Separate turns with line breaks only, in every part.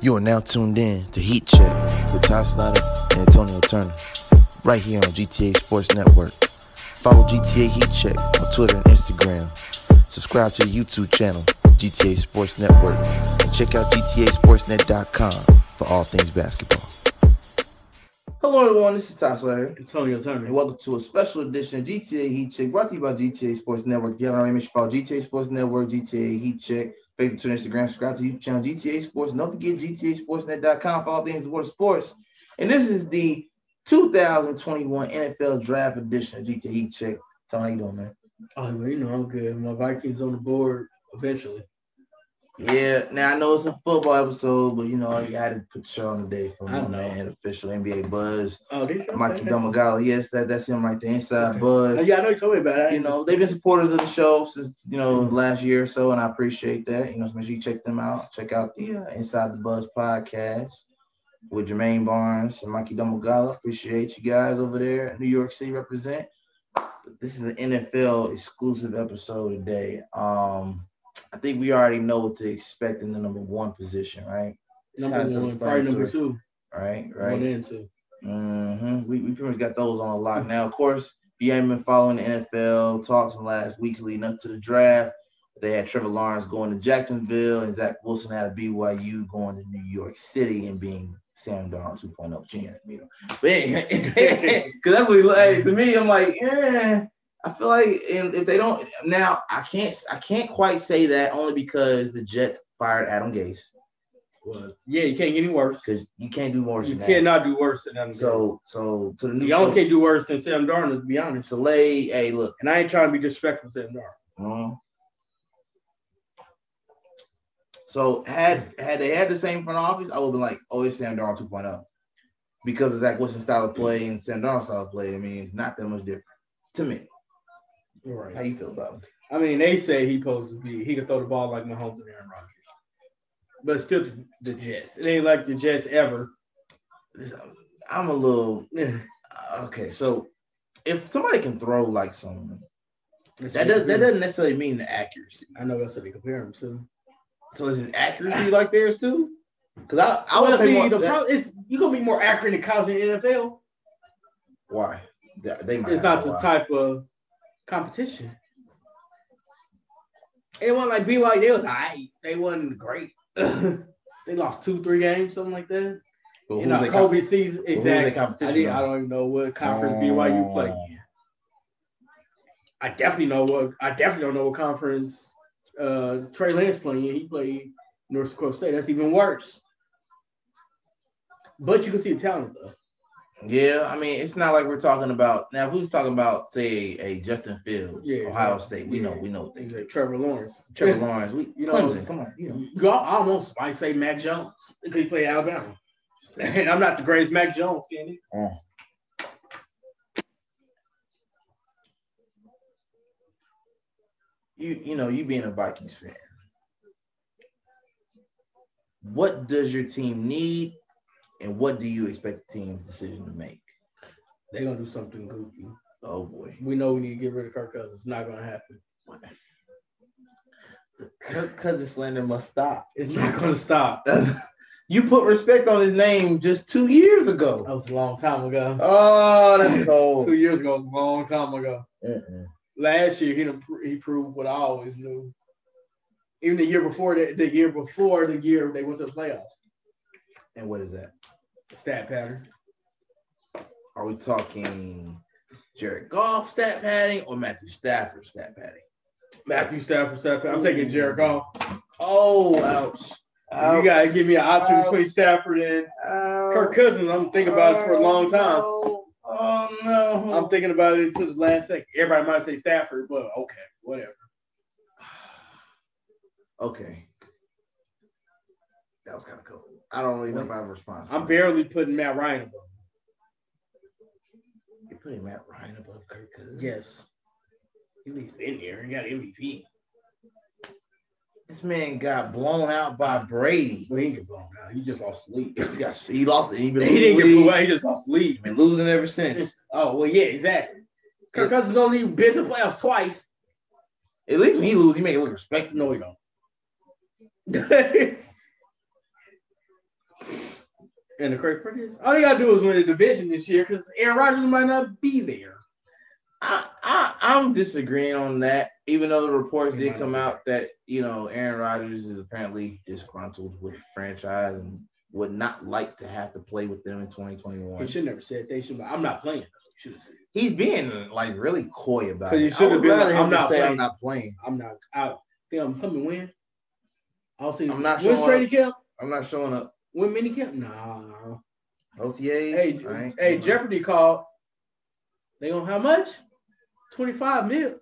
You are now tuned in to Heat Check with Ty Snyder and Antonio Turner, right here on GTA Sports Network. Follow GTA Heat Check on Twitter and Instagram. Subscribe to the YouTube channel, GTA Sports Network, and check out GTASportsNet.com for all things basketball. Hello, everyone. This is Ty Snyder.
Antonio Turner.
And welcome to a special edition of GTA Heat Check brought to you by GTA Sports Network. Yeah, I make sure you follow GTA Sports Network, GTA Heat Check, Facebook, Twitter, Instagram, subscribe to the YouTube channel, GTA Sports. And don't forget GTASportsNet.com for all things the world of sports. And this is the 2021 NFL Draft Edition of GTA Heat Check. Tom, how you doing, man?
Oh, well, you know I'm good. My Vikings on the board eventually.
Yeah, now I know it's a football episode, but you know, I had to put show on the day for
I
my
know.
man, official NBA Buzz.
Oh, did you?
Mikey
okay, that's-
Domagala, yes, that, that's him right there, Inside
Okay.
Buzz.
Oh, yeah, I know you told me about it.
you know, they've been supporters of the show since you know last year or so, and I appreciate that. You know, so make sure you check them out. Check out the uh, Inside the Buzz podcast with Jermaine Barnes and Mikey Domagala. Appreciate you guys over there. New York City represent. But this is an NFL exclusive episode today. Um, I think we already know what to expect in the number one position, right? It's
number
kinda
one, probably number
self-explanatory,
two,
Right,
one
right.
and two.
hmm We, we pretty much got those on a lock.
Hmm.
Now, of course, if you haven't been following the NFL talks from last week leading up to the draft, they had Trevor Lawrence going to Jacksonville and Zach Wilson out of BYU going to New York City and being Sam Darnold 2.0 chance, oh you know. But because that's what he like to me. I'm like, yeah, I feel like and if they don't now, I can't I can't quite say that only because the Jets fired Adam Gase
Well, yeah, you can't get any worse.
because you can't do more
You
than that.
cannot do worse than them.
So so to the new
y'all
coach-
can't do worse than Sam Darnold, to be honest.
Soleil, hey, look.
And I ain't trying to be disrespectful to Sam Darnold. Mm-hmm.
Mhm. So had had they had the same front office, I would be like, oh, it's Sam Darnold 2.0. Because of Zach Wilson's style of play and Sam Darnold's style of play, I mean, it's not that much different to me. How
Right.
you feel about it?
I mean, they say he supposed to be he could throw the ball like Mahomes and Aaron Rodgers, but still the, the Jets. It ain't like the Jets ever.
This- I'm a little
that
okay. So if somebody can throw like some, that does that doesn't necessarily mean the accuracy.
I know that's what they compare him to.
So is his accuracy like theirs too? Because I I
Well,
would
see,
pay more.
the
that-
problem is you're gonna be more accurate in college and NFL.
why? They- They might
It's
have
not
a
the
why.
type of competition. It wasn't like BYU. They was alright. They wasn't great. they lost two, three games, something like that.
But
You
who's
know,
their com-
COVID season.
but who's their
Exactly. I
competition,
didn't.
though?
I don't even know what conference BYU played.
Oh.
in. I definitely know what. I definitely don't know what conference uh, Trey Lance playing. in. He played North Dakota State. That's even worse. But you can see the talent though.
Yeah, I mean, it's not like we're talking about now. If we was talking about, say, a Justin Fields,
Yeah,
Ohio
exactly.
State, we
Yeah.
know, we know things.
Like Trevor Lawrence.
Trevor Lawrence, we,
You know,
Clemson, come on, you know.
You know, I almost might say Mac Jones because he played Alabama. And I'm not the greatest Mac Jones, can you?
Oh. You you know, you being a Vikings fan, what does your team need, and what do you expect the team's decision to make?
They're gonna do something goofy.
Oh boy,
We know we need to get rid of Kirk Cousins. It's not gonna happen.
Kirk Cousins slander must stop.
It's not gonna stop.
you put respect on his name just two years ago.
That was a long time ago.
Oh, that's cold.
Oh. Two years ago, was a long time ago.
Mm-mm.
Last year, he done pr- he proved what I always knew. Even the year before that, the year before the year they went to the playoffs.
And what is that?
Stat pattern.
Are we talking Jared Goff stat padding or Matthew Stafford stat padding?
Matthew Stafford stat pattern. I'm taking Jared Goff.
Oh, ouch.
You gotta give me an option between Stafford and Kirk Cousins, I'm thinking about it for a long time.
Oh, no.
I'm thinking about it to the last second. Everybody might say Stafford, but okay, whatever.
okay. That was kind of cool. I don't really know if I have a response.
I'm barely putting Matt Ryan above.
You're putting Matt Ryan above Kirk Cousins.
Yes. At least been there. He got MVP.
This man got blown out by Brady.
Well, he didn't get blown out. He just lost the league.
He, got, he lost it. He
He
been
didn't get
losing.
blew out. He just lost the league.
Been losing ever since.
Oh, well, yeah, exactly. Kirk Cousins only been to the playoffs twice.
At least when he loses, he make it look respectable.
No, he don't. And the crazy part is, all they gotta do is win the division this year because Aaron Rodgers might not be there.
I, I I'm disagreeing on that. Even though the reports
He
did
might
come
not.
out that you know Aaron Rodgers is apparently disgruntled with the franchise and would not like to have to play with them in
He
2021.
should never said they should. I'm not playing. Should have said
He's being like really coy about
'Cause
it.
he
I
should've
would
been
rather
like,
him
I'm
just
not
say I'm
playing.
not playing.
I'm not out. Think I'm coming when? I'll say
I'm not
when
showing
training camp.
I'm not showing up.
When mini camp? Nah.
OTAs.
Hey,
I ain't-
hey, Jeopardy called. They gonna how much? Twenty five mil.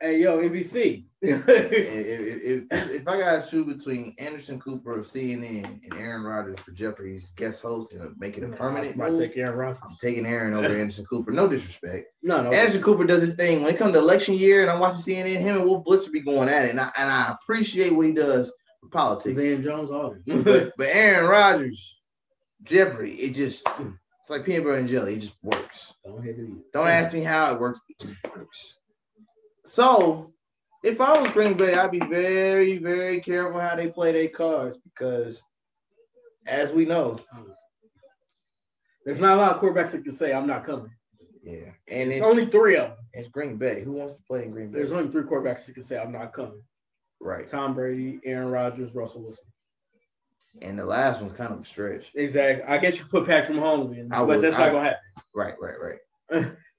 Hey, yo, NBC.
If, if, if, if I got to choose between Anderson Cooper of CNN and Aaron Rodgers for Jeopardy's guest host and making a permanent
Might
move,
take Aaron Rodgers.
I'm taking Aaron over Anderson Cooper. No disrespect.
No, no.
Anderson Cooper does his thing. When it comes to election year and I'm watching CNN, him and Wolf Blitzer be going at it. And I, and I appreciate what he does for politics.
Van Jones, all of them.
But, but Aaron Rodgers, Jeopardy, it just, it's like peanut butter and jelly. It just works.
Don't hit me.
Don't ask me how it works. It just works. So, if I was Green Bay, I'd be very, very careful how they play their cards because, as we know,
There's not a lot of quarterbacks that can say I'm not coming.
yeah, and
It's
it's,
only three of them.
it's Green Bay. Who wants to play in Green Bay?
There's only three quarterbacks that can say I'm not coming.
Right.
Tom Brady, Aaron Rodgers, Russell Wilson.
And the last one's kind of a stretch.
Exactly. I guess you put Patrick Mahomes in,
I
but
would-
that's
I-
not gonna happen.
Right, right, right.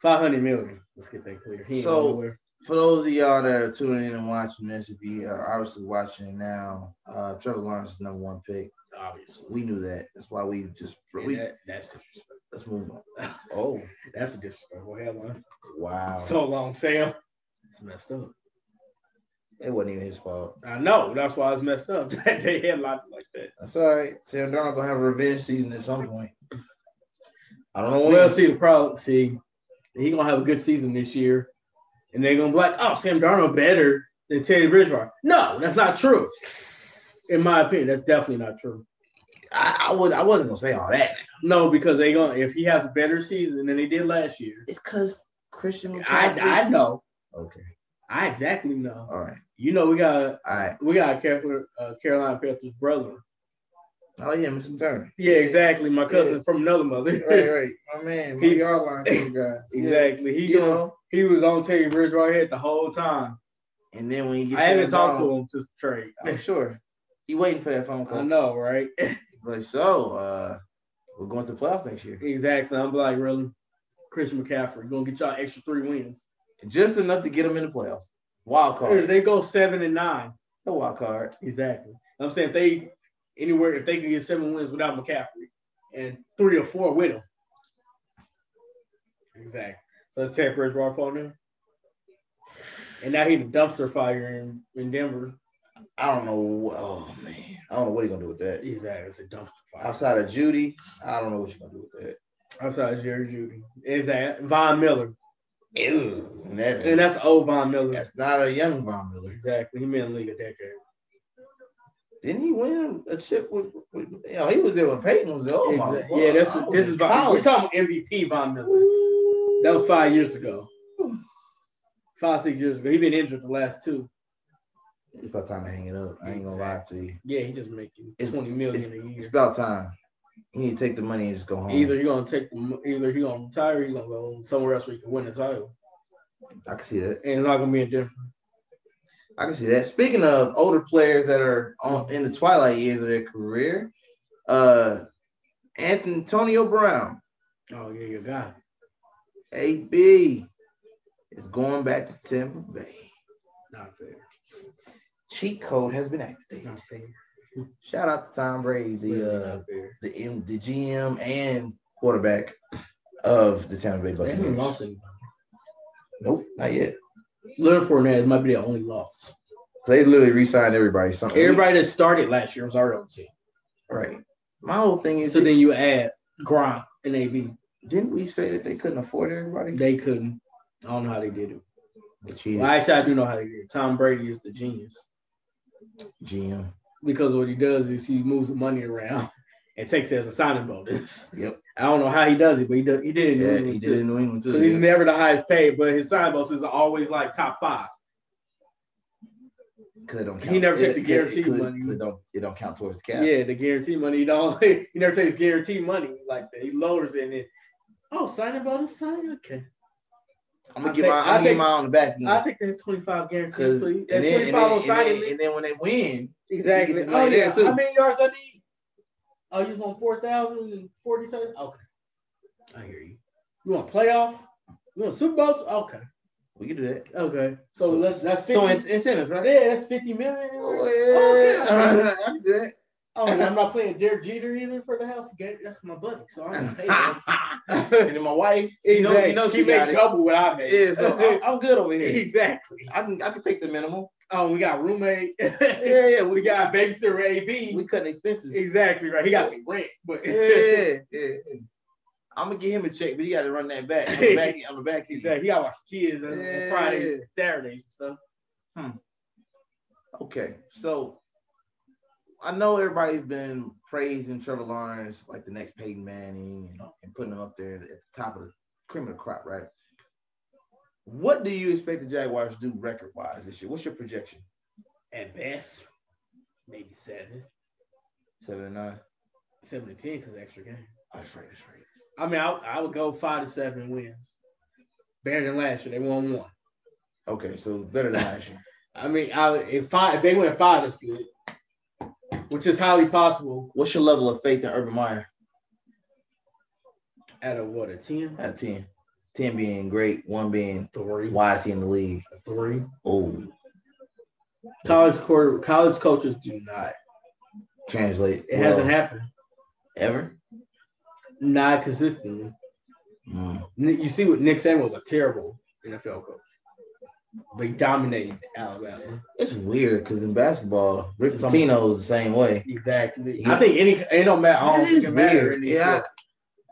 Five hundred million. Let's get that clear. He ain't
So-
going nowhere.
for those of y'all that are tuning in and watching this, if you are obviously watching it now, uh, Trevor Lawrence is number one pick.
obviously.
We knew that. That's why we just
And
we,
that- that's disrespectful.
let's move on. Oh
That's a disrespectful headline.
wow,
So long, Sam. It's messed up.
it wasn't even his fault.
I know. That's why it's messed up. That they headline like that.
That's all right. Sam Darnold gonna have a revenge season at some point. I don't know when.
Well, see the problem. See, he gonna have a good season this year, and they're gonna be like, "Oh, Sam Darnold better than Teddy Bridgewater." No, that's not true. In my opinion, that's definitely not true.
I, I would. I wasn't gonna say all that.
No, because they gonna if he has a better season than he did last year.
It's because Christian.
I I know.
okay.
I exactly know.
All right.
You know, we got
All right.
we got Carol- uh, Carolina Panthers brother.
Oh yeah, Mr. Turner.
Yeah, exactly. My cousin from another mother.
Right, right. My man, my
He-
yard line, guys. Yeah.
Exactly. He
You
gonna-
know.
he was on Teddy Bridgewater head the whole time.
And then when you get
I
Sam
haven't talked
Darnold-
to him since the trade.
I'm sure. He waiting for that phone
I
call.
know, right?
Like so, uh, we're going to the playoffs next year.
exactly. I'm like, really, Christian McCaffrey gonna get y'all extra three wins.
Just enough to get them in the playoffs. Wild
If
card.
they go seven and nine,
The wild card.
exactly. I'm saying if they anywhere if they can get seven wins without McCaffrey and three or four with him, exactly. So that's Teddy Bridgewater phone now. And now he the dumpster fire in, in Denver.
I don't know. wh- Oh man, I don't know what he's gonna do with that.
Exactly, it's a dumpster fire.
Outside of Judy, I don't know what you're gonna do with that.
Outside Jerry Judy. Is that Von Miller?
Ew, and that-
And that's old Von Miller.
that's not a young Von Miller.
Exactly. He been in the league a decade.
Didn't he win a chip with? with you know, he was there when Peyton was there. Oh my
Exact-
God.
Yeah, that's
I was
this
in
is Von. We're
college.
talking MVP Von Miller. That was five years ago. Five, six years ago. He been injured the last two.
It's about time to hang it up. I ain't gonna lie to you.
Yeah, he just making
It's-
twenty million a
It's
year.
about time. You need to take the money and just go home.
Either you're gonna take the mo- either he gonna retire, or he gonna go somewhere else where he can win the title.
I can see that.
And it's not gonna be in Denver.
I can see that. Speaking of older players that are on in the twilight years of their career, uh, Antonio Brown,
Oh yeah, you got it.
AB, is going back to Tampa Bay.
Not fair.
Cheat code has been activated.
Not fair.
Shout out to Tom Brady,
Really
the uh,
not fair.
the M, the GM and quarterback of the Tampa Bay
They haven't lost
Buccaneers.
anybody.
Nope, not yet.
Leonard Fournette might be the only loss.
They literally re-signed everybody. Something.
Everybody that started last year was already on the team.
right. My whole thing is,
So then you add Gronk and AB.
didn't we say that they couldn't afford everybody?
They couldn't. I don't know how they did it.
They cheated.
Well, actually, I do know how they did it. Tom Brady is the genius
GM.
because what he does is he moves the money around and takes it as a signing bonus.
Yep.
I don't know how he does it, but he does. He did it.
Yeah, he did in New England
Because he's
too. yeah.
never the highest paid, but his signing bonuses are always like top five.
because it don't
He
count.
never took
It-
the
it-
guaranteed
it, 'cause
money.
It don't, it don't count towards the
Yeah,
cap.
the guarantee money. You don't. He never takes guarantee money like that. He lowers it. And then, oh, sign about bonus sign. Okay,
I'm gonna
I'll
give
take-
my,
I'll
I'm gonna
take-
give mine on the back end.
I'll take that twenty five guarantee,
Cause
please.
and then,
That twenty
and, then,
five on
and,
signing.
then, and then when they win,
Exactly.
You can
Oh
play
yeah.
that, too.
How many yards I need? Oh, you just want four thousand and forty seven. Okay. I hear you. You want playoff? You want Super Bowls? Okay.
we can do that.
Okay. So,
So-
let's that's fifty.
So it's incentives, right?
yeah, that's fifty million.
Oh,
Okay.
yeah. I can do
Oh, and I'm not playing Derek Jeter either for the house. That- That's my buddy. So I'm gonna pay him.
that. and then my wife, you know,
Exactly.
you know
she,
she got
made
it.
double what I made.
Yeah, so I'm, I'm good over here.
exactly.
I can I can take the minimal.
Oh, we got roommate.
Yeah, yeah.
we
We got
got babysitter AB.
we cutting expenses.
exactly right. He got me rent, but
Yeah, yeah, yeah. I'm gonna give him a check, but he got to run that back on the back end- on the back end.
Exactly. He got watch kids on, on
Yeah.
Fridays, and Saturdays, and stuff.
Okay, so I know everybody's been praising Trevor Lawrence like the next Peyton Manning and, and putting him up there at the top of the cream of the crop, right? What do you expect the Jaguars to do record wise this year? What's your projection?
At best, maybe seven,
Seven and nine.
seven to ten because extra game.
Oh, that's right. That's right.
I mean, I, I would go five to seven wins. Better than last year, they won one.
Okay, so better than last year.
I mean, I would- if five, if they win five, that's good, which is highly possible.
What's your level of faith in Urban Meyer?
Out of what a ten,
Out of ten. Ten being great, one being
three,
why is he in the league?
three.
Oh,
College quarter, college coaches do not.
translate.
It
well,
hasn't happened.
ever.
Not consistently.
Mm.
Nick- You see what Nick Saban was a terrible NFL coach. But he dominated Alabama.
It's weird because in basketball, Rick
It's
Pitino is the same way.
Exactly.
Yeah.
I think any it don't matter. I don't
It
think
is
it matter.
weird.
in these
Yeah.
sports.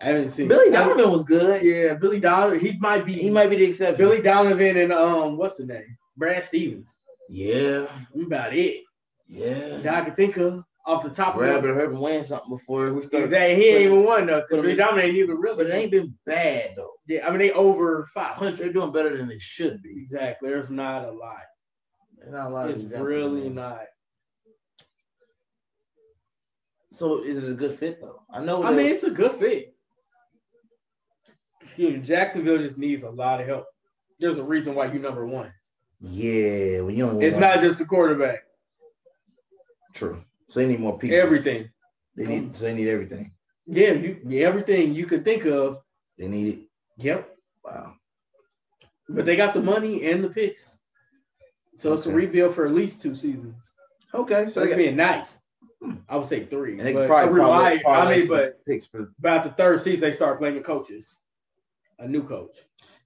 I haven't seen
Billy
I haven't-
Donovan was good.
Yeah, Billy Donovan. He might be.
He might be the exception.
Billy Donovan and um, what's the name? Brad Stevens.
Yeah,
That's about it.
yeah.
That I can think of off the top
Brad
of my
better hurt win something before we start.
Exactly. He ain't even won though. Because
But-
Billy Donovan ain't either
But it
really.
ain't been bad though.
Yeah, I mean they over five hundred.
They're doing better than they should be.
Exactly. There's not a lot.
There's not a lot of
It's
examples,
really
man.
not.
So is it a good fit though? I know.
I
that-
mean, it's a good fit. Excuse me, Jacksonville just needs a lot of help. There's a reason why you number one.
yeah. When you only win
It's
one-
not just the quarterback.
true. So they need more people.
Everything.
They need. So they need everything.
Yeah, you everything you could think of.
They need it.
Yep.
Wow.
But they got the money and the picks. So it's a
Okay.
rebuild for at least two seasons.
Okay. So
So
they
it's
got, Hmm.
being nice. I would say three.
and they
But
could probably parlay,
rely- I
parlay
mean,
some
but
picks for
about the third season they start blaming coaches. A new coach.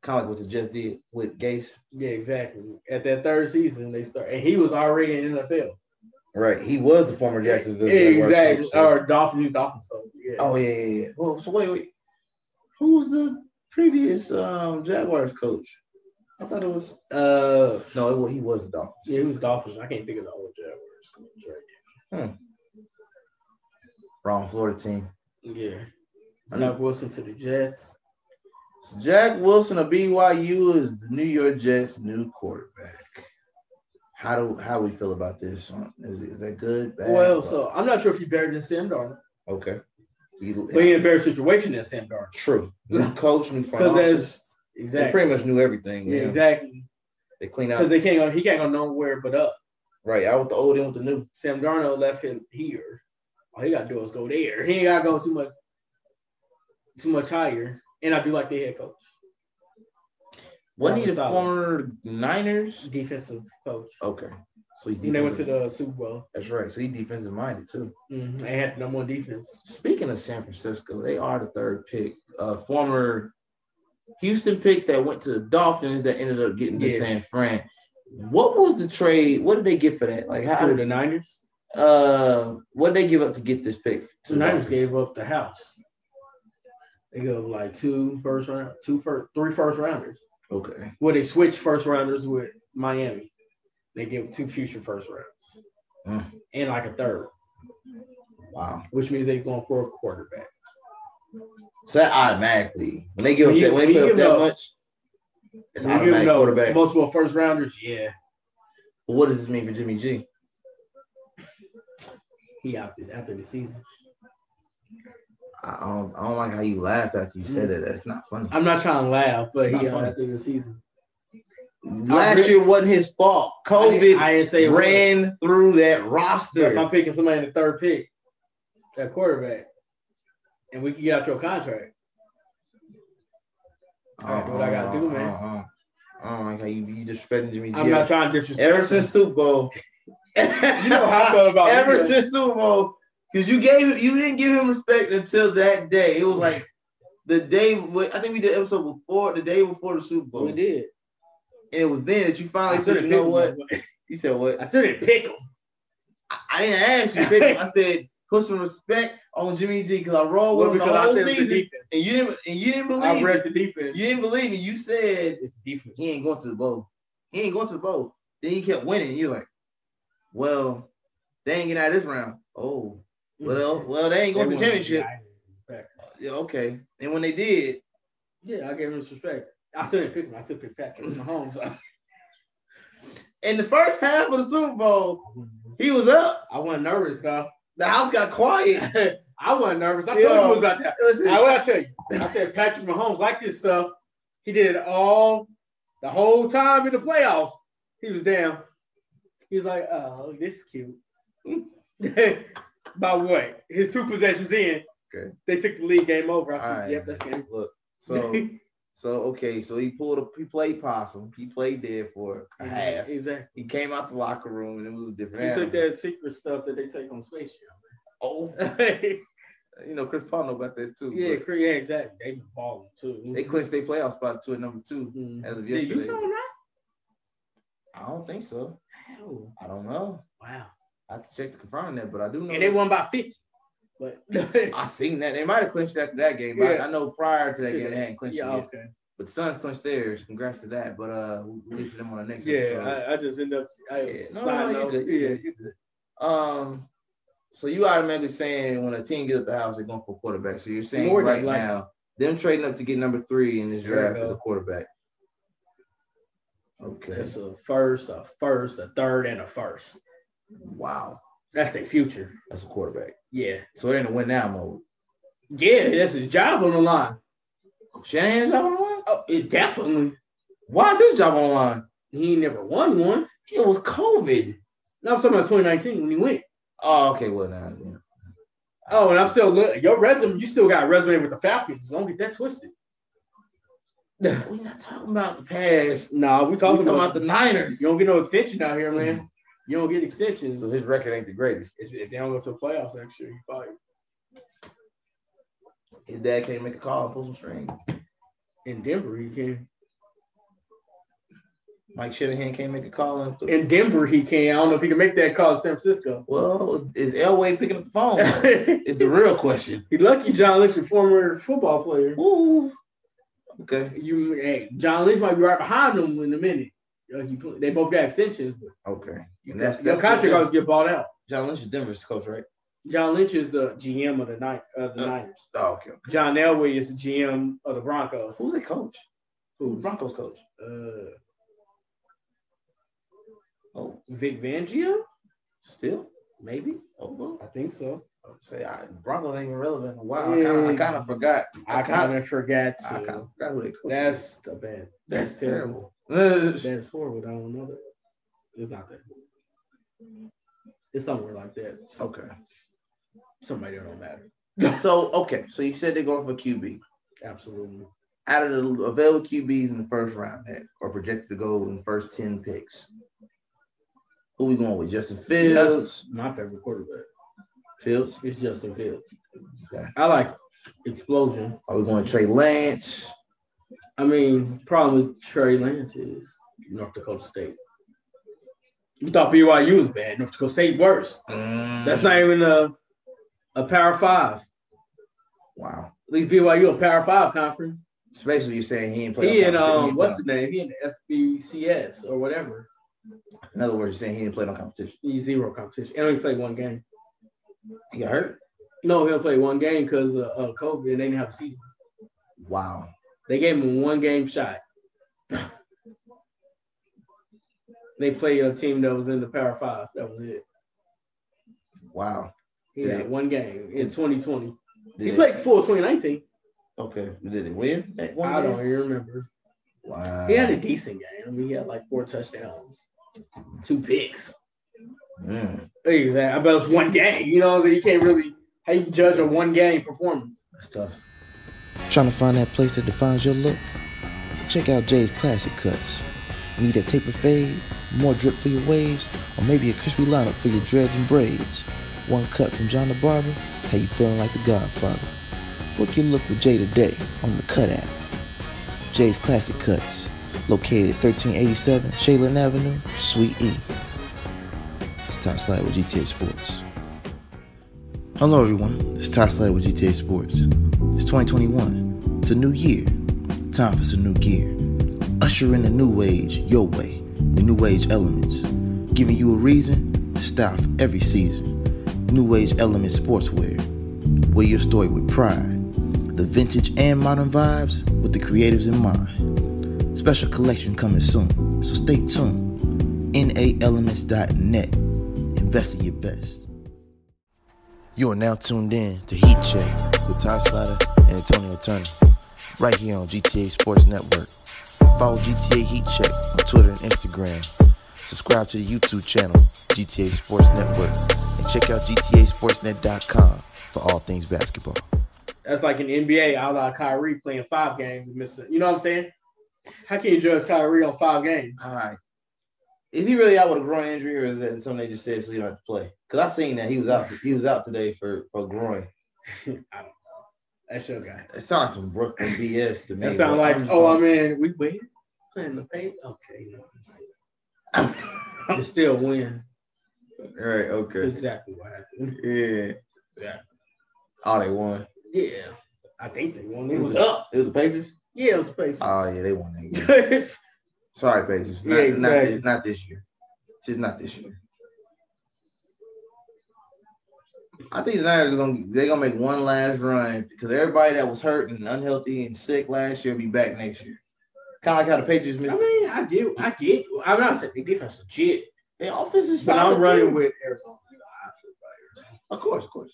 kind of like what the Jets did with Gase.
Yeah, exactly. At that third season they start and he was already in NFL.
Right. He was the former Jacksonville. Jaguars
Exactly.
coach, so-
Or Dolphin, you Dolphin sold. Yeah.
Oh yeah, yeah, yeah. Well, so wait, wait. Who was the previous um, Jaguars coach? I thought it was.
Uh,
No, it, wa- he was the Dolphins.
yeah, who's Dolphins? I can't think of the whole Jaguars. coach right
Wrong Florida team.
now. Yeah.
I know.
Zach Wilson to the Jets.
Jack Wilson of BYU is the New York Jets' new quarterback. How do how do we feel about this? Um, Is, is that good? Bad?
well, so I'm not sure if you're better than Sam Darnold,
okay. You-
but you're in a better situation than Sam Darnold
true. New coach, new front
because
office.
that's
They
exactly
pretty much knew everything.
yeah,
Yeah,
exactly
They clean
because
out
they can't go he can't go nowhere but up.
right out with the old in with the new.
Sam Darnold left him here. All he gotta do is go there. He ain't gotta go too much too much higher. And I do like the head coach,
Wasn't he
Robert
the
Saleh.
former Niners?
defensive coach.
Okay. So he
When they went to the Super Bowl,
That's right. So he's defensive minded too.
mhm, they had number one defense.
Speaking of San Francisco, they are the third pick. Uh, former Houston pick that went to the Dolphins that ended up getting to
Yeah.
San Fran. What was the trade? What did they get for that? Like how?
Who,
Did,
the Niners?
uh, what did they give up to get this pick? to
The Niners
Dolphins?
gave up the house. They gave up like two first round, two first, three first rounders.
Okay.
Well, they switched first rounders with Miami. They gave up two future first rounds
Mm.
and like a third,
Wow.
which means they're going for a quarterback.
So that automatically when they give
When
up
you-
that when
when
they
you
put up
give
that
up-
much, it's
You give
automatic
no
quarterback.
multiple first rounders, yeah.
What does this mean for Jimmy G?
He opted after the season.
I I don't, I don't like how you laughed after you said that. That's not funny.
I'm not trying to laugh, but
It's not
he
funny.
opted after the season.
Last
really-
year wasn't his fault.
I didn't,
COVID
I didn't say it was.
ran through that
But if
roster.
I'm picking somebody in the third pick, that quarterback, and we can get out your contract. I gotta do what I gotta do, man.
Uh-uh. I don't like how you, you disrespecting Jimmy G.
I'm not trying to disrespect.
Ever
him.
since Super Bowl.
you know how I felt about
ever
him.
since Super Bowl, because you gave you didn't give him respect until that day. It was like the day I think we did episode before the day before the Super Bowl,
we
and
did.
it was then that you
I
finally
still
said, "You
didn't
know
pick
what?"
him.
You said, "What?"
I still didn't pick him.
I, I didn't ask you. Pick him. I said, "Put some respect on Jimmy G because I rolled
Well,
with him
because
the
I
whole
said it's the
season,
defense.
and you didn't and you didn't believe
I
me.
read the defense.
you didn't believe me. You said
It's defense.
he ain't going to the bowl. He ain't going to the bowl. Then he kept winning. You're like, well, they ain't getting out of this round. Oh, well, well, they ain't going to the championship. Yeah, okay. And when they did,
Yeah, I gave him respect. I still didn't pick him. I still picked Patrick Mahomes.
in the first half of the Super Bowl, he was up.
I wasn't nervous, though.
The house got quiet.
I wasn't nervous. I told
Yeah.
you was about that.
Listen,
I will tell you. I said Patrick Mahomes like this stuff. He did it all the whole time in the playoffs. He was down. He was like, "Oh, this is cute." By what? His two possessions in.
Okay.
They took the lead. Game over. I
All
said,
right.
"Yep, that's game."
look. So, so okay. So he pulled up. He played possum. He played dead for a
Mm-hmm.
half.
Exactly.
He came out the locker room and it was a different.
It's like
animal.
that secret stuff that they take on Space
Oh,
Jam.
you know Chris Paul know about that too.
yeah,
but
cr- yeah, exactly. They been balling too.
they clinched their playoff spot to at number two
Mhm.
as of
Did you
yesterday.
saw that?
I don't think so.
Hell,
I don't know.
Wow.
I have to check to confirm that, but I do know.
And they won by 50. But
I seen that they might have clinched after that game. But
Yeah.
I, I know prior to that game they hadn't clinched
yeah,
yet.
okay.
But the Suns clinched theirs. Congrats to that. But uh, we'll, we'll get to them on the next episode.
Yeah, I, I just end up. I
Yeah.
side
No, no, no, you're
note.
good.
Yeah.
You're good. You're good. Um, so you automatically saying when a team gets up the house, they're going for a quarterback. So you're saying
More than
right
likely.
now, them trading up to get number three in this
There you
draft is
go.
a quarterback. Okay.
That's a first, a first, a third, and a first.
Wow.
That's their future.
That's a quarterback.
Yeah.
So they're in the win now mode.
Yeah, that's his job on the line.
Shanahan's job on the line?
Oh, it definitely.
Why is his job on the line?
He ain't never won one.
It was COVID.
No, I'm talking about 2019 when he went.
Oh, okay. Well, now. yeah.
Oh, and I'm still look your resume. You still got a resume with the Falcons. Don't get that twisted. no,
We're not talking about the past.
nah, we
We're
talking about,
the Niners.
you don't get no extension out here, man. You don't get extensions
So his record ain't the greatest.
if, if they don't go to the playoffs next year. You fight.
His dad can't make a call and pull some strings.
In Denver, he can.
Mike Shanahan can't make a call and
In Denver, he can. I don't know if he can make that call to San Francisco.
well, is Elway picking up the phone?
he
is the real question.
lucky John Lynch, a former football player.
Ooh. Okay.
You hey, John Lynch might be right behind him in a minute. Like, you- They both got extensions, but
Okay.
you,
And that's-
your
that's-
contract always get bought out.
John Lynch is Denver's coach, right?
John Lynch is the GM of the night of the
Uh,
Niners.
Oh, okay.
John Elway is the GM of the Broncos.
Who's the coach? Who's
Who?
Broncos coach?
Uh,
Oh,
Vic Fangio?
still?
Maybe.
Oh, well.
I think so.
Say, I, Broncos ain't even relevant. Wow. I kinda- I kind of forgot.
I kind of forgot
I kind
to.
of forgot who they coach. is.
That's a bad.
that's terrible.
That's horrible. I don't know that. It's not that. It's somewhere like that.
okay.
Somebody that don't matter.
So okay, so you said they're going for QB.
Absolutely.
Out of the available QBs in the first round that are projected to go in the first ten picks, who we going with? Justin Fields.
That's my favorite quarterback.
Fields.
It's Justin Fields.
Okay.
I like explosion.
Are we going Trey Lance?
I mean, problem with Trey Lance is North Dakota State. You thought BYU was bad. North Dakota State worse. That's not even a a Power Five. At
wow.
least BYU a Power Five conference.
Especially you're saying he ain't playing.
He and um, what's the name? He in the FBCS or whatever.
in other words, you're saying he ain't played on competition.
He zero competition. And only played one game.
He got hurt.
No, he'll play one game because of uh, COVID. They didn't have a season.
Wow.
They gave him one game shot. They play a team that was in the Power Five. That was it.
Wow.
He had
Yeah.
one game in 2020.
Did
He
they-
played full 2019.
Okay. Did they win? that one
I
game?
don't even remember.
Wow.
He had a decent game. I mean, he had like four touchdowns, two picks.
Mm,
Exactly. But it's one game. You know what I'm saying? You can't really how you judge a one game performance.
that's tough.
Trying to find that place that defines your look? Check out Jay's Classic Cuts. Need a taper fade, more drip for your waves, or maybe a crispy lineup for your dreads and braids? One cut from John the Barber? How you feeling like the Godfather? Book your look with Jay today on the Cut app. Jay's Classic Cuts, located at 1387 Shaylin Avenue, Suite E. It's Ty Slide with GTA Sports. Hello, everyone. It's Ty Slater with GTA Sports. It's 2021. It's a new year. Time for some new gear. Usher in a new age your way with new age elements, giving you a reason to style for every season. New age element sportswear. Wear your story with pride. The vintage and modern vibes with the creatives in mind. Special collection coming soon, so stay tuned. NAElements.net. Invest in your best. You are now tuned in to Heat Check with Ty Slider and Antonio Turner, right here on GTA Sports Network. Follow GTA Heat Check on Twitter and Instagram. Subscribe to the YouTube channel, GTA Sports Network, and check out GTASportsNet.com for all things basketball.
That's like an NBA a la Kyrie playing five games and missing. You know what I'm saying? How can you judge Kyrie on five games?
All right. Is he really out with a groin injury, or is that something they just said so he don't have to play? Because I seen that he was out. He was out today for for groin.
I don't know. That's your guy.
It sounds some Brooklyn BS to me.
That
but
sounds like,
I'm just
oh, I
gonna-
mean, we win. Playing the paint. Okay. you know what I'm saying? They still win.
all right. Okay.
Exactly what happened.
Yeah.
Yeah.
Oh, they won.
Yeah. I think they won. It was up.
It was the Pacers.
Yeah, it was based.
Oh yeah, they won that game.
That's
Sorry, Pacers. Not,
Yeah, exactly.
not, thi- not this year. Just not this year. I think the Niners are gonna they're gonna make one last run because everybody that was hurt and unhealthy and sick last year will be back next year. Kind of like how the Patriots
I
missed.
mean, I get, I get. I'm not saying the defense is legit,
Their offense is
but
solid,
I'm running
too.
with Arizona.
Of course, of course.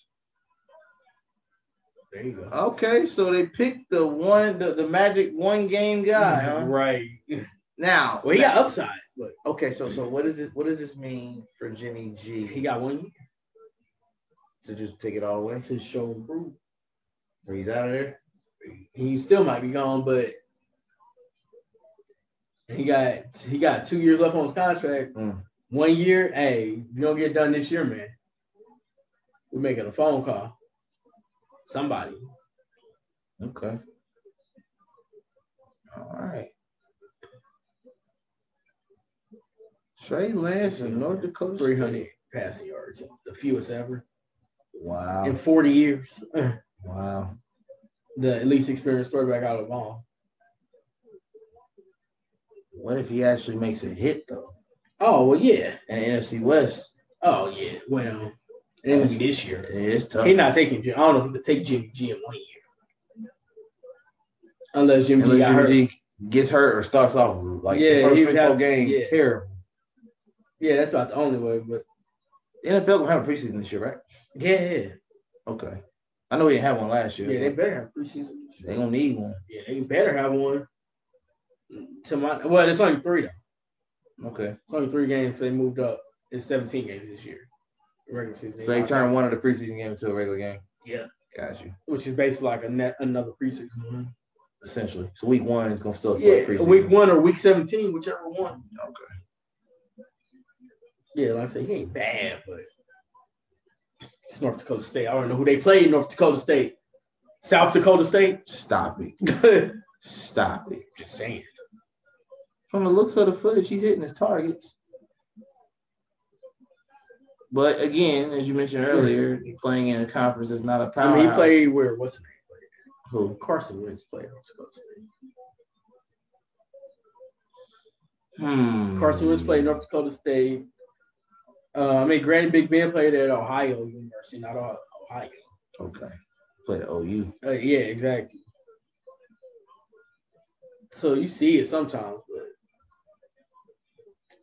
There you go.
Okay, so they picked the one the, the magic one game guy. Huh?
Right.
Now,
Mm-hmm. Well, he got upside, but
okay, so so what does this what does this mean for Jimmy G
he got one year
to just take it all away?
to show and prove.
Or he's out of there.
He still might be gone, but he got he got two years left on his contract.
Mm.
One year, hey, you don't get done this year, man. We're making a phone call. Somebody.
Okay. All right. Trey Lance in North Dakota.
300 passing yards, the fewest ever in
Wow.
40 years.
Wow.
the least experienced quarterback out of all.
What if he actually makes a hit though?
Oh well, yeah.
And NFC West,
Oh yeah. Well, it would be this year.
it's tough.
He's not taking. Jim- I don't know if he could take Jimmy G in one year, unless Jimmy G got
Unless
hurt.
Jimmy G gets hurt or starts off like
Yeah,
the first
he
three,
got-
four games,
yeah.
terrible.
Yeah, that's about the only way. But
The NFL gonna have a preseason this year, right?
yeah, yeah,
Okay. I know we didn't have one last year.
yeah. They
but
better have preseason.
they gonna need one.
Yeah, they better have one. To my well, it's only three though.
Okay.
It's only three games. They moved up. It's seventeen games this year. Regular season.
So they turn one of the preseason game into a regular game.
Yeah.
Got you.
which is basically like a net, another preseason one.
Essentially. So week one is gonna still feel
Yeah,
like Mm-hmm. preseason.
week one or week seventeen, whichever one.
Okay.
Yeah, like I said, he ain't bad, but it's North Dakota State. I don't know who they play in North Dakota State. South Dakota State.
Stop it.
Just
Stop it.
saying.
From the looks of the footage, he's hitting his targets. But again, as you mentioned earlier, playing in a conference is not a
I
powerhouse.
mean, Um, he played where? What's his name?
who?
Carson Wentz played at North Dakota State.
Hmm.
Carson Wentz played at North Dakota State. Uh, I mean, Granny Big Ben played at Ohio University, not Ohio. Ohio.
Okay. Played at OU.
Uh, yeah, exactly. So you see it sometimes, but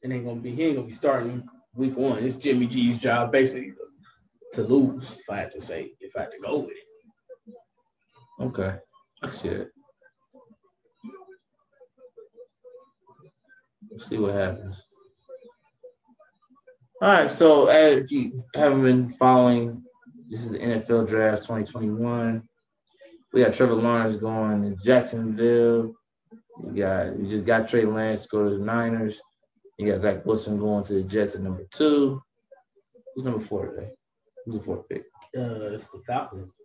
and ain't gonna be he ain't gonna be starting week one. It's Jimmy G's job basically to lose. If I had to say, if I had to go with it,
Okay. I see it. Let's see what happens. All right. So, uh, if you haven't been following, this is the NFL Draft 2021. We got Trevor Lawrence going to Jacksonville. We got we just got Trey Lance to go to the Niners. You got Zach Wilson going to the Jets at number two. Who's number four today? Who's the fourth pick?
uh, it's the Falcons.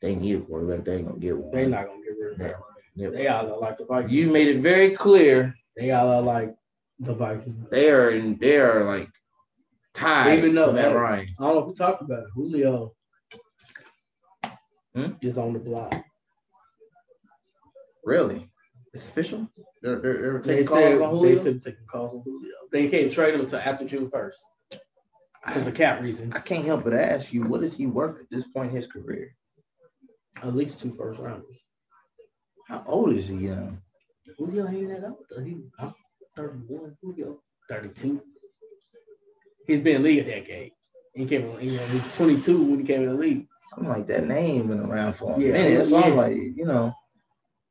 They need a quarterback. They ain't gonna get one.
They not gonna get rid of that.
Yep.
They all are like the Vikings.
You made it very clear
They all are like the Vikings.
they are in they are like tied
Even though-
to Matt Ryan.
I don't know if we talked about it. Julio
Hmm?
is on the block.
Really? It's official? They're, they're, they're
They
taking calls
said,
on
they
Julio?
said taking calls on Julio. They can't trade him until after June first because of cap reason.
I can't help but ask you, what is he worth at this point in his career?
At least two first rounders.
How old is he now?
Julio ain't that up. He, I'm 31. Julio 32. He's been in the league a decade. He came in, you know, he was 22 when he came in the league.
I'm like that name been around for a
Yeah,
minute. That's why I'm
yeah.
like, you know,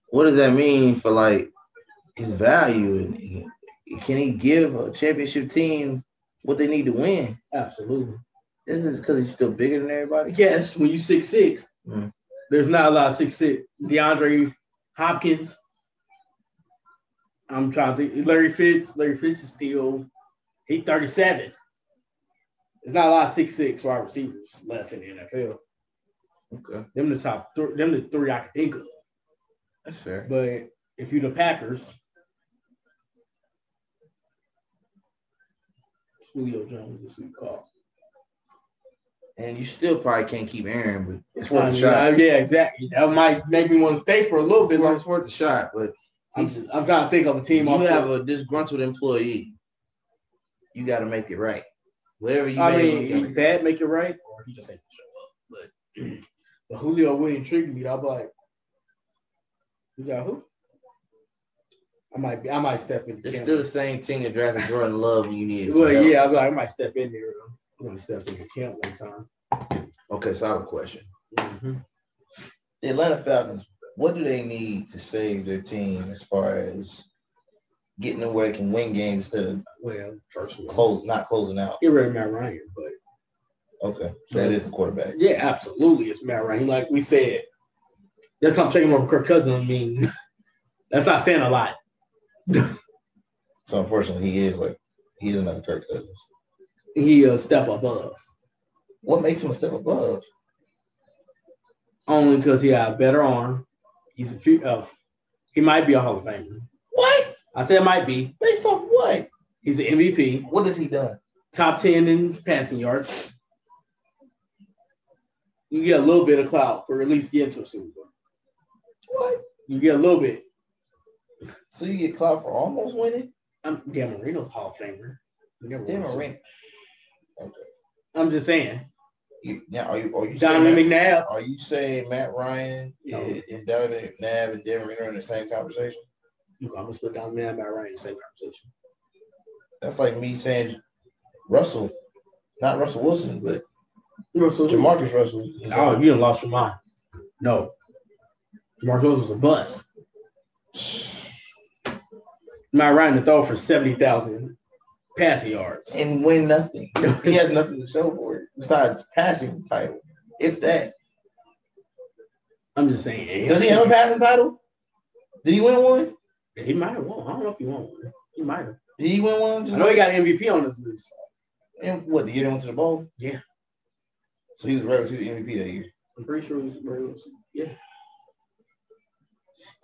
what does that mean for like his value? And he- can he give a championship team what they need to win?
Absolutely.
Isn't it because he's still bigger than everybody?
Yes, when you six six,
Mm.
there's not a lot of six six. DeAndre Hopkins. I'm trying to think. Larry Fitz. Larry Fitz is still he 37. There's not a lot of six six wide receivers left in the NFL.
Okay,
Them the top three. Them the three I can think of.
that's fair.
But if you're the Packers, Julio Jones is who you call.
And you still probably can't keep Aaron, but it's
I
worth a
mean,
shot.
I- yeah, exactly. That might make me want to stay for a little bit.
It's worth,
Like,
it's worth a shot, but
I'm, just- I'm trying to think of a team.
you
off the-
have a disgruntled employee. You got to make it right. Whatever you
I
make,
mean,
you gotta
either
make it
that make it right, or he just ain't gonna show up. But, but Julio would intrigue me. I'll be like, you got who? I might be, I might step in.
right.
the
It's
camp.
still the same team that drafted Jordan Love when you needed. some
well,
help.
yeah, I'll be like, I might step in there. I'm gonna step in the camp one time.
Okay, so I have a question.
Mm-hmm.
The Atlanta Falcons. What do they need to save their team as far as getting to where they can win games to
Well, first of all,
close, not closing out?
get rid of Matt Ryan, but
Okay, so that is the quarterback.
Yeah, absolutely. It's Matt Ryan. Like we said, that's not taking over Kirk Cousins. I mean, that's not saying a lot.
So unfortunately, he is like he's another Kirk Cousins.
He a step above
What makes him a step above?
only because he had a better arm. He's a few. Uh, he might be a Hall of Famer.
What?
I said might be.
Based off what?
He's an MVP,
What has he done?
top ten in passing yards. You get a little bit of clout for at least getting to a Super Bowl.
What?
You get a little bit.
So you get clout for almost winning?
I'm Dan Marino's Hall of Famer. He never won
Damn
a
it,
Super-
Ren. Okay.
I'm just saying.
You, now, are you, are you
Donovan
saying
McNabb.
Matt, are you saying Matt Ryan
No.
and, and Donovan McNabb and Devin Renner in the same conversation?
You almost put Donovan McNabb by Ryan in the same conversation.
That's like me saying Russell, not Russell Wilson, but
Russell
Jamarcus Russell. is
Oh,
on-
you done lost your mind. No. Jamarcus Wilson was a bust. Matt Ryan to throw for 70,000 passing yards.
and win nothing. He has nothing to show for it besides passing title. If that,
I'm just saying.
does he have a passing title? Did he win one?
He might have won. I don't know if he won one. He might have.
Did he win one?
I
Just
know he got an MVP on his list.
and what the year they went to the bowl?
Yeah.
So he was regular season MVP that year.
I'm pretty sure he's was, Yeah.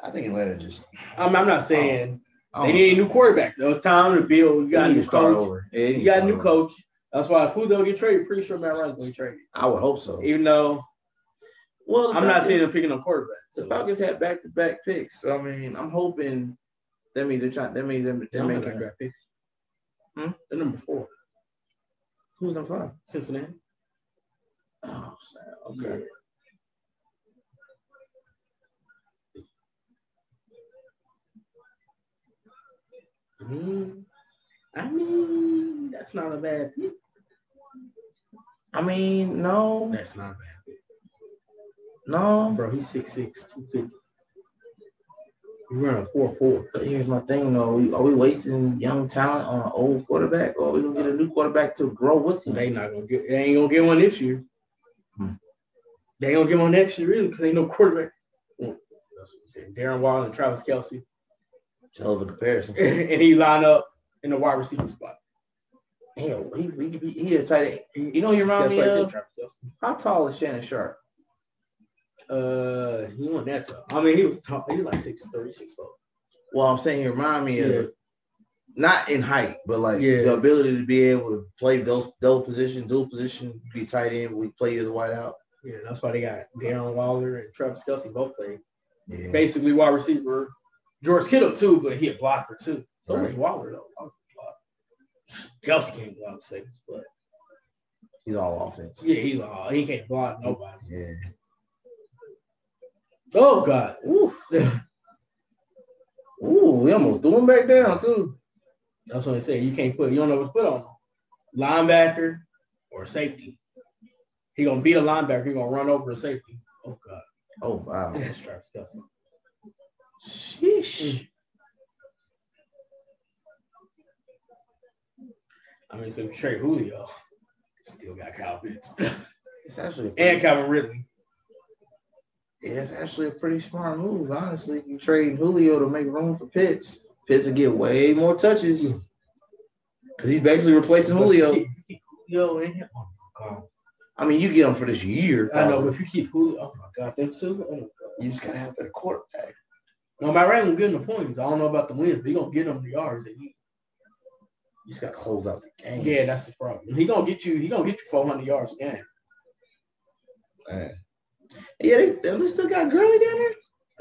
I think Atlanta just.
I'm, I'm not saying
I
they
don't
need a new quarterback. though. It's time to build. You
know.
got
They Oh. need
a new
to start
coach.
over. Yeah, they need
You
to
got a
start
new
over.
coach. That's why if Julio get traded, pretty sure Matt Ryan's going to be traded.
I would hope so.
Even though
Well,
I'm not saying they're picking up quarterback.
the Falcons had back-to-back picks. So I mean, I'm hoping that means they're trying. That means they're,
They're
they're making.
draft picks.
Hmm?
They're number four.
Who's number five?
Cincinnati.
Oh, snap. okay.
Mm, I mean, that's not a bad pick.
I mean, no,
That's not a bad pick.
no.
Bro, he's 6'6, 250. You run a 4'4.
But here's my thing though: we, are we wasting young talent on an old quarterback, or are we gonna get a new quarterback to grow with him?
They not gonna get. They ain't gonna get one this year.
Hmm.
They ain't gonna get one next year really because ain't no quarterback. Hmm. That's what I'm saying. Darren Waller and Travis Kelsey,
It's a hell of a comparison.
and he line up in the wide receiver spot.
Damn, he, he, he, he a tight end. You know, what he remind
That's
me
why I said
of
Travis Kelsey.
how tall is Shannon Sharp?
Uh, he wasn't that tall. I mean, he was tall. He was like six three, six four.
Well, I'm saying he remind me
Yeah.
of not in height, but like
Yeah.
the ability to be able to play those those position, dual position, be tight end, we play you as a wide out.
Yeah, that's why they got Darren Waller and Travis Kelsey both playing
Yeah.
basically wide receiver. George Kittle too, but he a blocker too. So was
Right.
Waller though. Waller can block. Kelsey can't block six, but
He's all offense.
yeah, he's all he can't block nobody.
Yeah.
Oh God.
Ooh. Ooh, we almost threw him back down too.
That's what I say. You can't put you don't know what's put on him. Linebacker or safety. He gonna beat a linebacker, he gonna run over a safety. Oh God.
Oh wow.
That's Travis Kelsey.
Sheesh.
I mean, so if you trade Julio, still got Kyle Pitts.
It's actually a
and
pretty,
Calvin Ridley.
it's actually a pretty smart move, honestly. You trade Julio to make room for Pitts. Pitts will get way more touches. Cause he's basically replacing Julio.
If you keep Julio in here. Oh my God.
I mean, you get him for this year.
I know, but if you keep Julio, oh my God, them two. Oh my God.
You just gotta have that quarterback.
No, my Ray gonna get him the points. I don't know about the wins, but he gonna get them the yards they need.
You just gotta close out the game.
Yeah, that's the problem. He gonna get you. He gonna get you 400 yards a game.
Man. Yeah, they, they still got Gurley down there.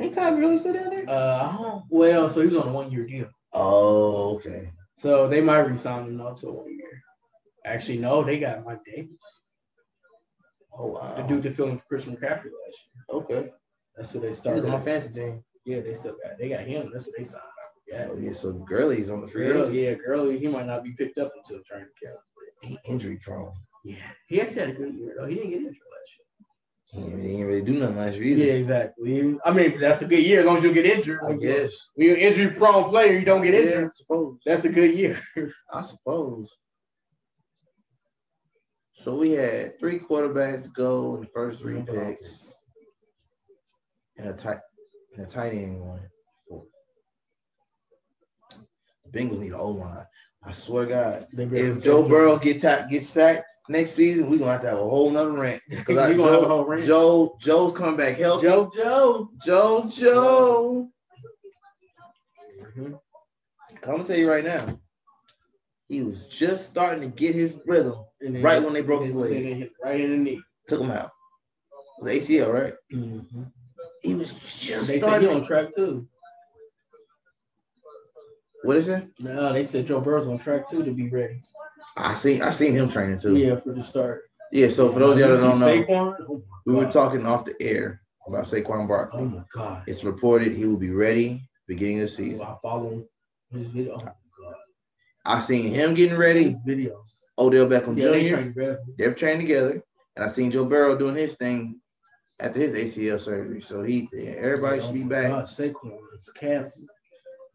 Ain't Todd Gurley still down there?
Uh, I don't- well, so he was on a one year deal,
Oh, okay.
so they might resign him though to a one year. Actually, no, they got Mike Davis,
Oh wow.
the dude that filled in for Christian McCaffrey last year.
okay.
That's what they
He was
started.
on my fantasy team.
Yeah, they still got they got him. That's what they signed. Yeah,
Oh, yeah, so Gurley's on the free
Girl,
agent.
yeah, Gurley. He might not be picked up until training camp.
He injury prone.
Yeah, he actually had a good year though. He didn't get injured last
He didn't, he didn't really do nothing last year either.
year. Yeah, exactly. I mean, that's a good year as long as you don't get injured.
I guess.
When you're an injury prone player, you don't get
Yeah,
injured.
I suppose.
That's a good year.
I suppose. So we had three quarterbacks go in the first three picks and a tight and a tight end one. The Bengals need an O line. I swear to God. If Joe Burrow get ta- get sacked next season, we're gonna have to have a whole nother rant. Because I
You're gonna have a
Joe,
whole rant.
Joe Joe's coming back healthy.
Joe, Joe.
Joe Joe. I'm gonna tell you right now, he was just starting to get his rhythm.
And then-
Right when they broke his
and
leg.
then hit right Mm-hmm. in the knee.
Took him out. It was ACL, right? He was just
They said
starting.
he on track too.
what is it?
No, they said Joe Burrow's on track too to be ready.
I seen I seen him training too. Yeah.
Yeah, for the start.
so for those of y'all that don't know,
Saquon, oh my
we were
God.
talking off the air about Saquon
Oh
Barkley.
my god! Oh,
It's reported he will be ready beginning of the season.
I follow his video. Oh my god!
I seen him getting ready.
His videos.
Odell Beckham
Yeah, they
Jr.
trained better.
They're trained together, and I seen Joe Burrow doing his thing after his ACL surgery. So he, everybody
Oh
should be
my
back.
God, Saquon's calves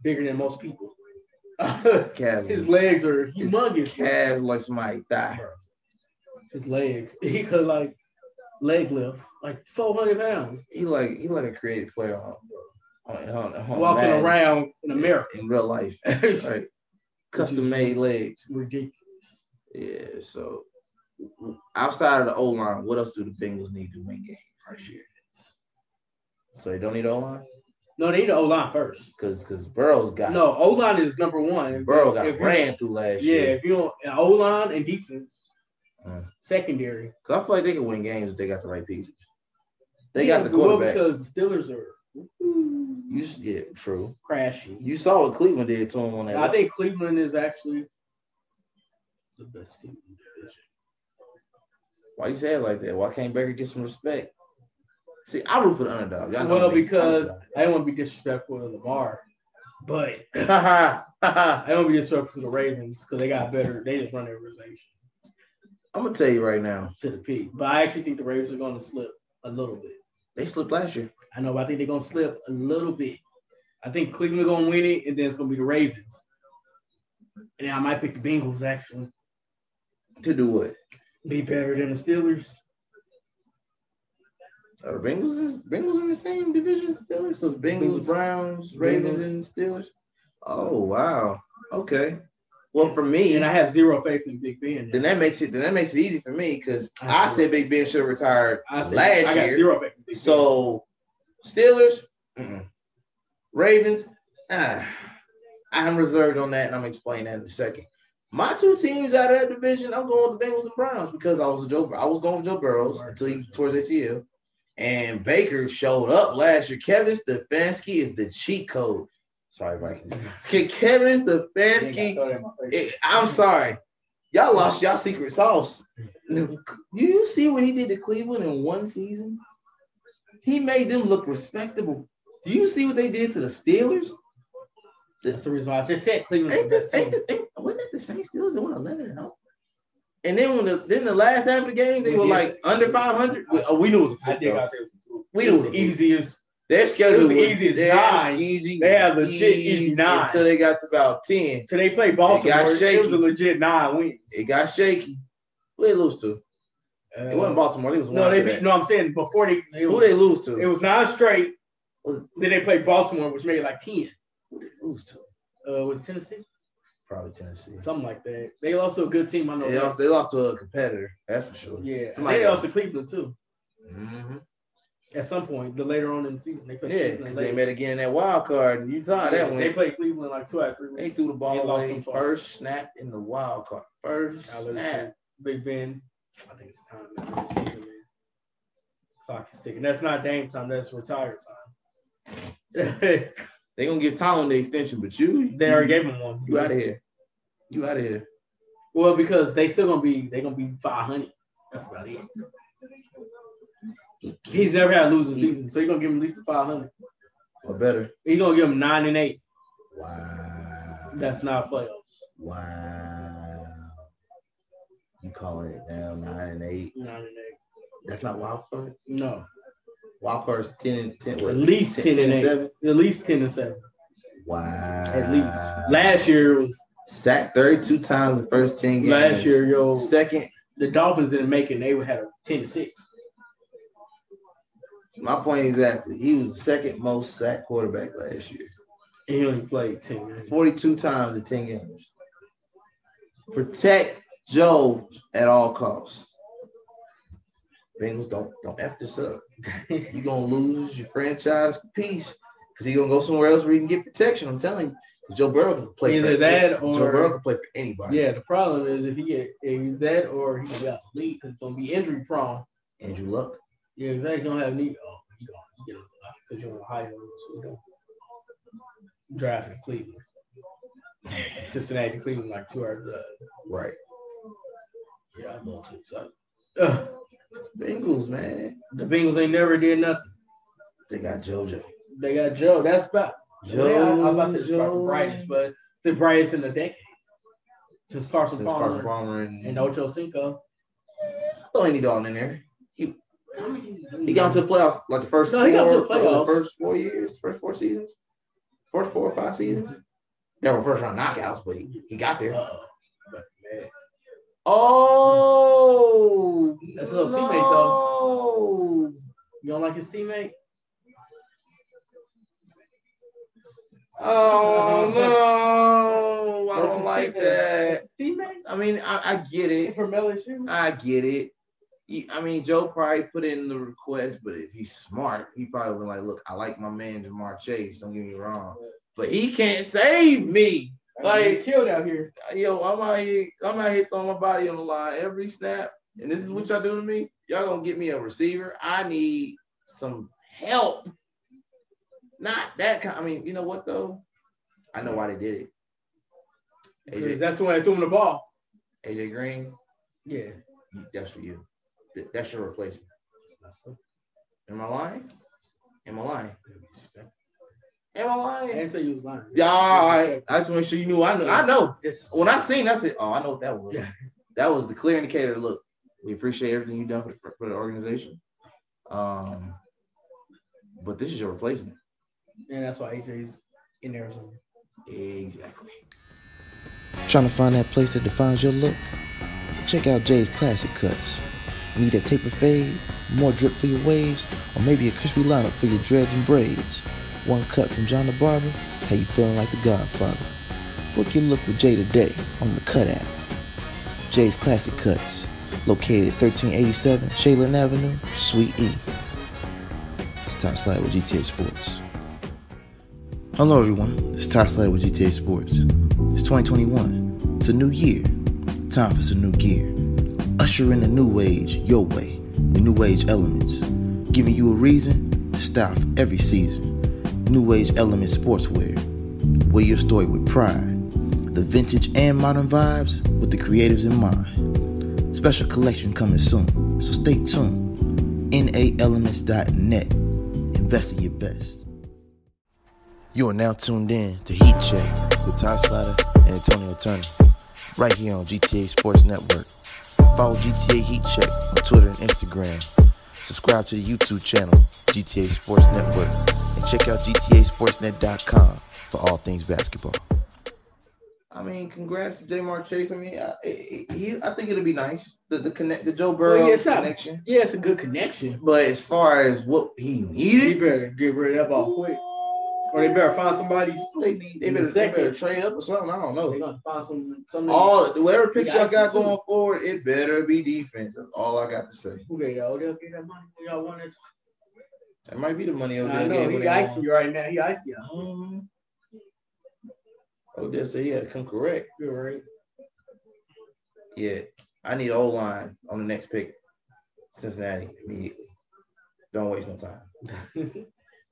bigger than most people. his
Calves,
legs are
His
humongous.
calves like somebody thigh.
His legs. He could like leg lift like 400 pounds
He like he like a creative player on on, on, on
walking
Madden
around in America. Mm-hmm.
in real life,
It's
like custom made legs.
ridiculous.
Yeah. So outside of the O line, what else do the Bengals need to win games this year? So they don't need O line
No, they need the O line first.
because because Burrow's got
No, O line is number one.
Burrow got
If you-
ran through last
Yeah,
year.
if you don't O line and defense,
Mm.
secondary.
Cause I feel like they can win games if they got the right pieces. They
Yeah,
got the
well,
quarterback.
because the Steelers are ooh,
you s- yeah, true.
crashing.
You saw what Cleveland did to him on that.
I think Cleveland is actually the best team. in the division.
Why you say it like that? Why can't Baker get some respect? See, I root for the underdog. Y'all know
Well,
me.
because I don't want to be disrespectful to Lamar, But I don't be disrespectful to the Ravens because they got better. They just run their organization
I'm gonna tell you right now,
to the peak. But I actually think the Ravens are going to slip a little bit.
they slipped last year.
I know, but I think they're gonna slip a little bit. I think Cleveland gonna win it, and then it's gonna be the Ravens. And then I might pick the Bengals actually.
To do what?
Be better than the Steelers.
Are the Bengals in, Bengals in the same division as Steelers? So it's Bengals,
Bengals.
Browns, Ravens,
Bengals.
and Steelers. Oh wow. Okay. Well, for me,
And I have zero faith in Big Ben.
then that makes it then that makes it easy for me because I,
I see.
said Big Ben should have retired
I said,
last
I got
year.
zero faith in Big
So Steelers, mm-mm. Ravens, ah, I'm reserved on that, and I'm explaining that in a second. My two teams out of that division, I'm going with the Bengals and Browns because I was a Joe. I was going with Joe Burrows until he towards ACL, and Baker showed up last year. Kevin Stefanski is the cheat code. Sorry, Vikings. Ke- Kevin
Ben. You ain't
Stefanski.
gotta throw that in my face.
It- I'm sorry. Y'all lost y'all secret sauce. Do you see what he did to Cleveland in one season? He made them look respectable. Do you see what they did to the Steelers?
That's the reason why I just said Cleveland.
Ain't this, ain't this, ain't, wasn't it the same Steelers that won 11 and 0? And then when the then the last half of the games they were like under 500. We, oh, we knew it was a
I
fluke,
think
though.
I said
We
it
knew it was
was the
a fluke.
easiest.
Their schedule
it
was
was the easiest
their
nine.
easy
They had legit easy
easy
nine.
until they got to about 10.
So they played Baltimore. It was
shaky.
a legit nine wins.
It got shaky. Who they lose to? It wasn't Baltimore. It was
no, they beat. No, I'm saying before they. they
Who they lose to?
It was nine straight. Then they played Baltimore, which made it like ten.
Who they lose to?
Uh, was it Tennessee?
Probably Tennessee.
Something like that. They lost to a good team. I know.
They
that.
lost, they lost to a competitor. That's for sure.
yeah,
Somebody
they
got-
lost to Cleveland too. At some point, the later on in the season, they played
Yeah, because
Cleveland.
they
late.
met again in that wild card. and Utah,
Yeah,
that
They
one.
played Cleveland like two out of three
They
weeks.
threw the ball
They lost
away.
some far.
First snap in the wild card. First
I love
snap.
it. Big Ben. I think it's time to end the season, man. Clock is ticking. That's not Dame time. That's retired time.
They're going to give Tomlin the extension, but you,
they already gave him one.
you out of here. You out of here.
Well, because they still gonna be they gonna be five hundred. That's about it. He's never had a losing season, so you're gonna give him at least five hundred.
Or better.
He's gonna give him nine and eight.
Wow.
That's not playoffs.
Wow. You calling it now nine and eight?
Nine and eight.
That's not wild card.
No,
Wild card's ten and ten.
at least ten, and eight.
seven.
At least ten and seven.
Wow.
At least. Last year was
Sacked 32 times in the first 10 games.
last year. Yo,
Second,
the Dolphins didn't make it. and They had a ten and six.
my point exactly. He was the second most sacked quarterback last year.
And he only played ten. games.
42 times in 10 games. Protect Joe at all costs. Bengals, don't don't F this up. You're gonna lose your franchise piece because he's gonna go somewhere else where he can get protection. I'm telling you, 'Cause Joe Burrow can play
Either
for
that
Joe Burrow
or
can play for anybody.
yeah. The problem is if he get if that or he got lead because gonna be injury prone.
Andrew Luck.
Yeah, because they don't have need. Oh, you don't. You don't because you're Ohio, so you don't drive to Cleveland. Cincinnati, Cleveland, like two hours. Uh,
Right.
yeah, I'm going to. So, uh,
Bengals, man.
the Bengals ain't never did nothing.
They got JoJo.
They got Joe. That's about. Joe, I, I'm about to describe the
Joe.
brightest, but the brightest in the decade. Since Carson
Since
Palmer
Carson Palmer and,
and Ocho Cinco.
throw any dog in there. He got to the playoffs like the first
No, he got
four,
to the playoffs.
first four years, first four seasons, first four or five
Mm-hmm.
seasons. There were first round knockouts, but he, he got there.
Uh-oh. But man,
Oh,
That's a little teammate,
though.
you don't like his teammate?
Oh no, I
That's
don't
his
like
teammate.
that.
That's his teammate
I mean, I, I get it.
from LSU.
I get it. He- I mean, Joe probably put in the request, but if he's smart, he probably been like, "Look, I like my man Jamar Chase. Don't get me wrong, but he can't save me. Like-
Like killed out here.
Yo, I'm out here. I'm out here throwing my body on the line every snap, and this is what y'all do to me. Y'all gonna get me a receiver. I need some help. Not that kind. I mean, you know what though? I know why they did it.
Because
AJ,
that's the one that threw him the ball.
AJ Green,
Yeah.
that's for you. Th- That's your replacement. Am I lying? Am I lying? Am I lying?
didn't say you was lying.
Yeah, all right. I just want to make sure you knew. I know. I know.
Just
When I seen, that, I said, "Oh, I know what that was."
Yeah.
That was the clear indicator. Look, we appreciate everything you've done for the, for the organization. Um, but this is your replacement.
and that's why AJ's in Arizona.
Exactly.
Trying to find that place that defines your look? Check out Jay's Classic Cuts. Need a taper fade, more drip for your waves, or maybe a crispy lineup for your dreads and braids? One cut from John the Barber, how you feeling like the Godfather? Book your look with Jay today on the Cut app. Jay's Classic Cuts, located at 1387 Shaylin Avenue, Suite E. It's Top Slide with GTA Sports. Hello, everyone. It's Todd Slater with GTA Sports. It's 2021. It's a new year. Time for some new gear. Usher in the new age your way with new age elements, giving you a reason to style for every season. New age element sportswear. Wear your story with pride. The vintage and modern vibes with the creatives in mind. Special collection coming soon, so stay tuned. NAElements.net. Invest in your best. You are now tuned in to Heat Check with Ty Slider and Antonio Turner, right here on GTA Sports Network. Follow GTA Heat Check on Twitter and Instagram. Subscribe to the YouTube channel, GTA Sports Network, and check out GTASportsNet.com for all things basketball.
I mean, congrats to Jamar Chase. I mean, I, I- he, I think it'll be nice the the connect the Joe Burrow
Well, yeah, it's not-
connection.
Yeah, it's a good connection.
But as far as what he
You
needed,
better get rid of that ball quick. Or they better find somebody.
they need they
In the
better, they
second.
better trade up or something. I don't know.
They're gonna find some some
All whatever picture I
got
got
some too.
going forward, it better be defense. That's all I got to say.
who they though. They'll get that money when y'all want it.
That might be the money
I
Odell
know
game.
he icy right now. He icy. out.
Um, Odell said he had to come correct.
You're right.
Yeah, I need O line on the next pick, Cincinnati immediately. Don't waste no time.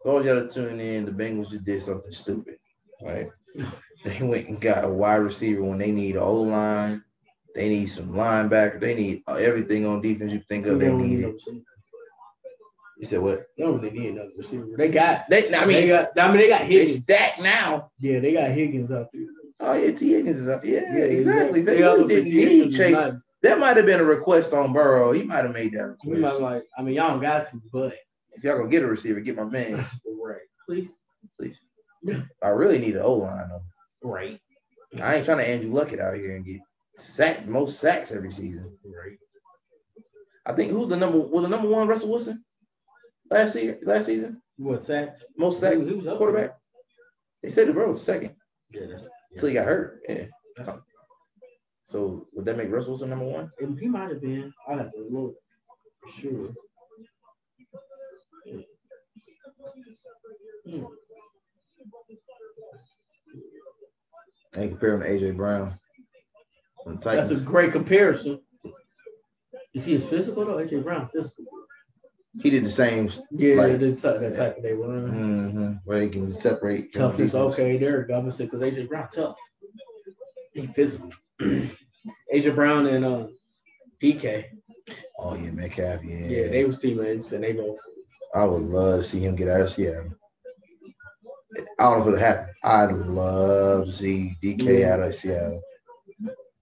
Those y'all that tune in, the Bengals just did something stupid, right? They went and got a wide receiver when they need O line. They need some linebacker. They need everything on defense you think of. They
don't
need
need no
it.
receiver.
You said what?
They don't really need another receiver. They got.
They, I
they
mean,
got. I mean, they got
they
Higgins.
stacked now.
yeah, they got Higgins out there.
Oh yeah, T Higgins is up. Yeah,
Yeah,
exactly. They
other
really didn't
T. Higgins
need
is
Chase.
not-
That might have been a request on Burrow. He might have made that
You might
request.
like, I mean, y'all don't got to, but
If y'all gonna get a receiver, get my man.
right, please,
I really need an O line though.
right,
I ain't trying to Andrew Luck it out here and get sacked most sacks every season.
right.
I think who's the number was the number one Russell Wilson last year last season
What's that?
most sacked
Who's- who's up
quarterback. They said the bro was second
there? Yeah, that's.
until he got hurt. Yeah.
That's-
So would that make Russell Wilson number one?
And he might have been. I have to look. for Sure. Hmm.
I ain't compare him to AJ Brown. From the
That's a
Titans.
great comparison. Is he as physical though? AJ Brown physical.
he did the same
Yeah,
Like-
that's type, that type they were.
Mm-hmm. Where they can separate from
Toughness.
defense.
Okay, there we go. I'm gonna say because AJ Brown tough. He physical. AJ Brown and uh, DK.
Oh yeah, Metcalf. Yeah.
Yeah, they was teammates and they both.
I would love to see him get out of Seattle. I don't know if it'll happen. I'd love to see DK out of Seattle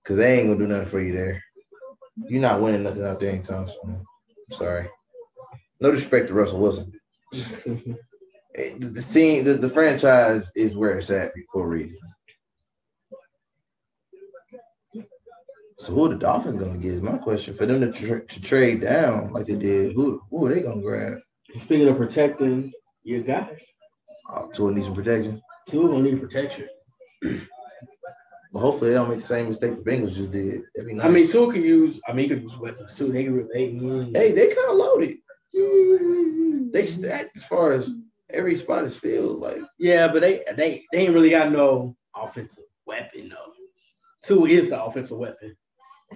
because they ain't gonna do nothing for you there. You're not winning nothing out there anytime soon. Sorry. No disrespect to Russell Wilson. It- the team, the, the franchise is where it's at for a reason. So who are the Dolphins gonna get is my question. For them to, tr to trade down like they did, who who are they gonna grab?
Speaking of protecting your guys,
Oh, Tua needs some protection.
two of them need protection.
But hopefully they don't make the same mistake the Bengals just did. That'd be
I
nice.
mean, two can use. I mean, he could use weapons too. They can. They,
hey, they kind of loaded. They stacked as far as every spot is filled. Like
Yeah, but they they they ain't really got no offensive weapon though. Two is the offensive weapon.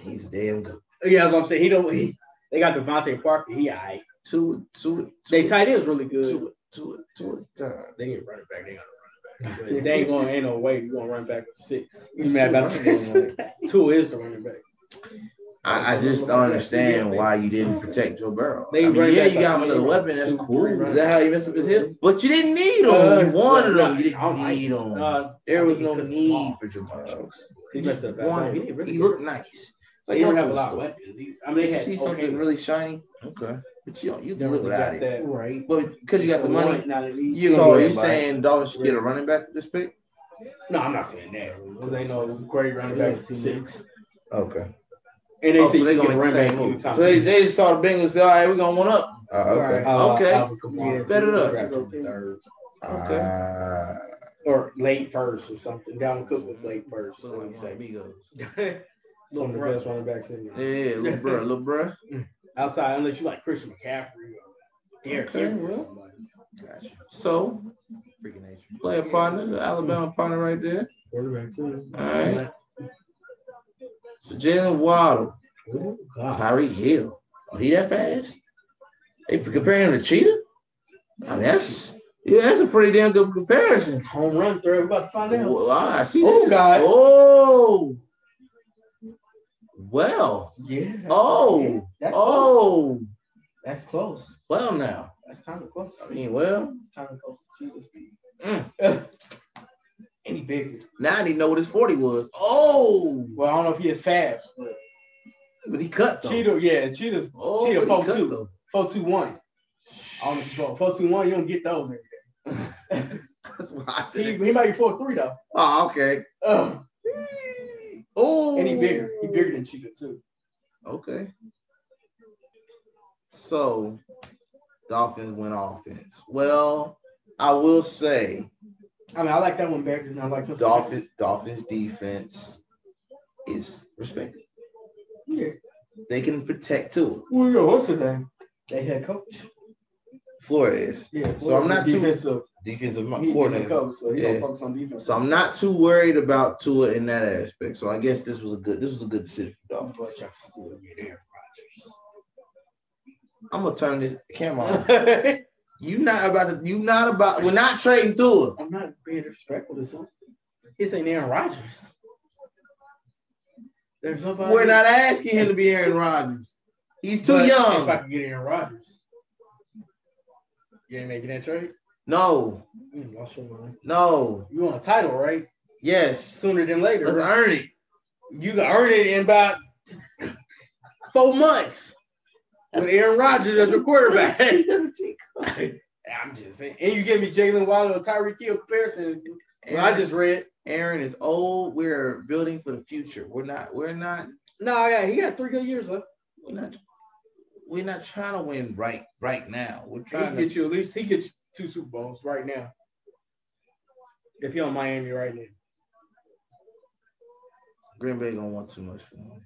he's damn good.
Yeah, that's what I'm saying. He don't. He, they got Devontae Parker. He alright.
Two, two, two.
They tight end's really good.
two, two, two at a time.
They ain't running back. They got a running back. But they ain't going. Ain't no way you gonna run back with six. You
It's
mad
two
about
running
six?
backs.
Two is the running back.
I, I just don't understand why you didn't protect Joe Burrow.
They
I mean,
bring
yeah,
back
you got him
like
another
two,
weapon. That's
two,
cool.
three, right?
Is that how you messed up his hip? But you didn't need him. you wanted him. You
Uh, I don't
didn't
like
need
this.
him.
Uh,
there was
he
no
could've
need
small.
for Jamar Chase.
He
You
messed
just
up. bad.
wanted
He
him.
didn't really
He
get-
looked nice. It's
They
like
didn't
going
have
to
a
the
lot of
store.
weapons. He- I mean,
You
they
see
had
something
okay.
really shiny. Okay. But you don't, you can
Never
live without
got
it.
that right.
But because you got the money,
You
you
so
so
are
are you saying Dolphins should get a running back this pick?
No, I'm not saying that. Because they know great running backs are six.
Okay.
And they
Oh, so
think
they're
you
gonna
get a
make
running
the
back
same
every
move.
time.
So they, they just saw the Bengals say, all right, we're gonna one up. Uh, okay.
Uh,
okay.
Alvin Kamara.
Yeah, set it up.
Third.
okay. Uh,
Or late first or something. Dalvin Cook was late first.
so like
So
Migos.
Some of the
Little
best running backs in
Yeah,
there.
yeah, little bro, little bro.
Outside, unless you like Christian McCaffrey or Derrick
Okay,
Henry or
well.
somebody.
Gotcha. So,
Freaking nature.
player partner, the Alabama partner right there.
Quarterbacks. in
All
there.
right. So Jalen Waddle,
Oh, God.
Tyreek Hill. Oh, he that fast? They comparing him to Cheetah? I mean, that's yeah, that's a pretty damn good comparison.
Home run throw. We're about to find out.
Well, I see
Oh,
this.
God.
Oh. Well.
Yeah. Yeah,
Oh.
that's close.
Oh.
That's close.
Well now.
That's kind of close.
I mean, well.
It's kind of close to Jesus.
Mm.
Any bigger?
Now I didn't know what his 40 was. Oh.
Well, I don't know if he is fast, but
But he cut though.
Cheeto, yeah, Cheetah's
Oh, but
Cheetah
he
4-2.
cut though.
four two one. I don't know if you four two one. You don't get those. every day.
That's why I
See,
said.
he might be four three though.
Oh, okay.
Ugh.
Oh.
and he bigger. He bigger than Cheetah too.
Okay. So, Dolphins went offense. Well, I will say
I mean, I like that one better than I like something.
Dolphins Dolphins defense is respected.
Yeah.
They can protect too.
Who your what's his name? They head coach.
Flores,
Yeah.
So I'm not too-
defensive.
defensive
He's the head
coordinator.
coach, so he
Yeah.
don't focus on defense.
So I'm not too worried about Tua in that aspect. So I guess this was a good this was a good decision for Dolphins.
But y'all still get Aaron Rodgers.
I'm gonna turn this camera on. You not about to you not about we're not trading Tua.
I'm not being disrespectful to something. This ain't Aaron Rodgers. There's nobody.
We're not asking him to be Aaron Rodgers. He's too
But If I
young.
could get Aaron Rodgers, you ain't making that trade.
No,
Mm, You lost your mind.
no,
You want a title, right?
yes.
Sooner than later.
Let's earn it.
You can earn it in about four months with Aaron Rodgers as your quarterback. I'm just saying. And you give me Jalen Waddle and Tyreek Hill comparison. What I just read.
Aaron is old. We're building for the future. We're not. We're not.
No, I got, he got three good years left.
We're not. We're not trying to win right right now. We're
He can
trying to.
get you at least he gets two Super Bowls right now. If you're on Miami right now.
Green Bay don't want too much from him.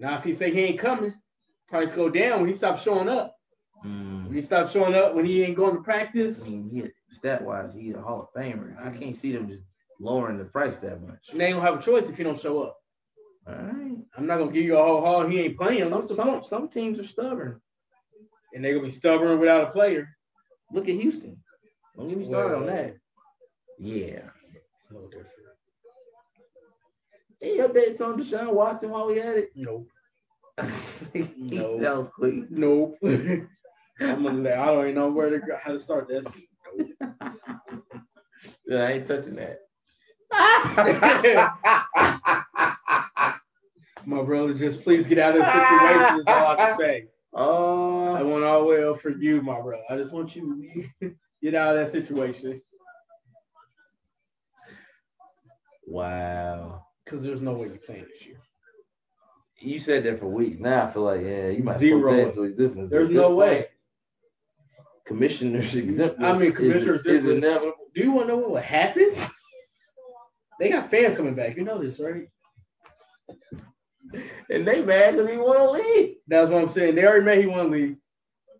Now if he say he ain't coming, price go down when he stops showing up. When
Mm.
he stops showing up when he ain't going to
I
practice.
mean, he, stat wise, he's a Hall of Famer. I can't see them just lowering the price that much.
And they don't have a choice if he don't show up.
All right.
I'm not gonna give you a whole haul. He ain't playing.
Some,
What's the
some,
point?
some teams are stubborn.
And they're gonna be stubborn without a player.
Look at Houston. Don't get me started on
Well-
that. Yeah.
It's no different.
Any updates on Deshaun Watson while we at it?
Nope.
no.
No.
That was quick.
Nope. I'm gonna let, I don't even know where to go, how to start this.
Yeah, I ain't touching that.
My brother, just please get out of this situation is all I can say. I
Oh,
want all well for you, my brother. I just want you to get out of that situation.
wow.
Cause there's no way you're playing this year.
You said that for weeks. Now I feel like, yeah, you might
Zero.
put that into existence. At
There's
this
no
point,
way.
Commissioners exempt.
I mean,
is-
commissioners
is,
exempt.
inevitable.
Do you want to know what would happen? They got fans coming back. You know this, right?
And they mad because he want to leave.
That's what I'm saying. They already made he one league,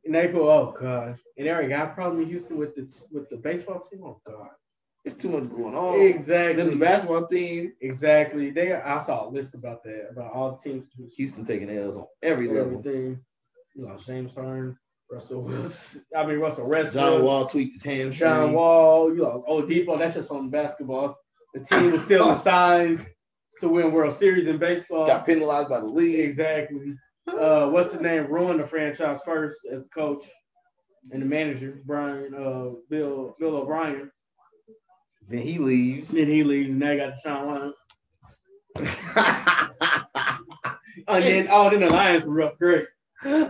and they go, "Oh God!" And they already got a problem in Houston with the with the baseball team. Oh God!
It's too much going on. Then the
exactly.
basketball team,
exactly. They. I saw a list about that about all the teams. who-
Houston taking L's on every level.
Everything. You know, James Harden, Russell Wilson. I mean Russell Westbrook.
John Wall tweaked his hamstring.
John Wall, you know, Oladipo. That's just on basketball. The team was still in signs. to win World Series in baseball.
Oh. Got penalized by the league.
Exactly. Uh, what's the name? Ruined the franchise first as the coach and the manager, Brian uh, Bill Bill O'Brien.
Then he leaves.
Then he leaves, and they got Sean Lyon. And then oh, then the Lions were up great. They
they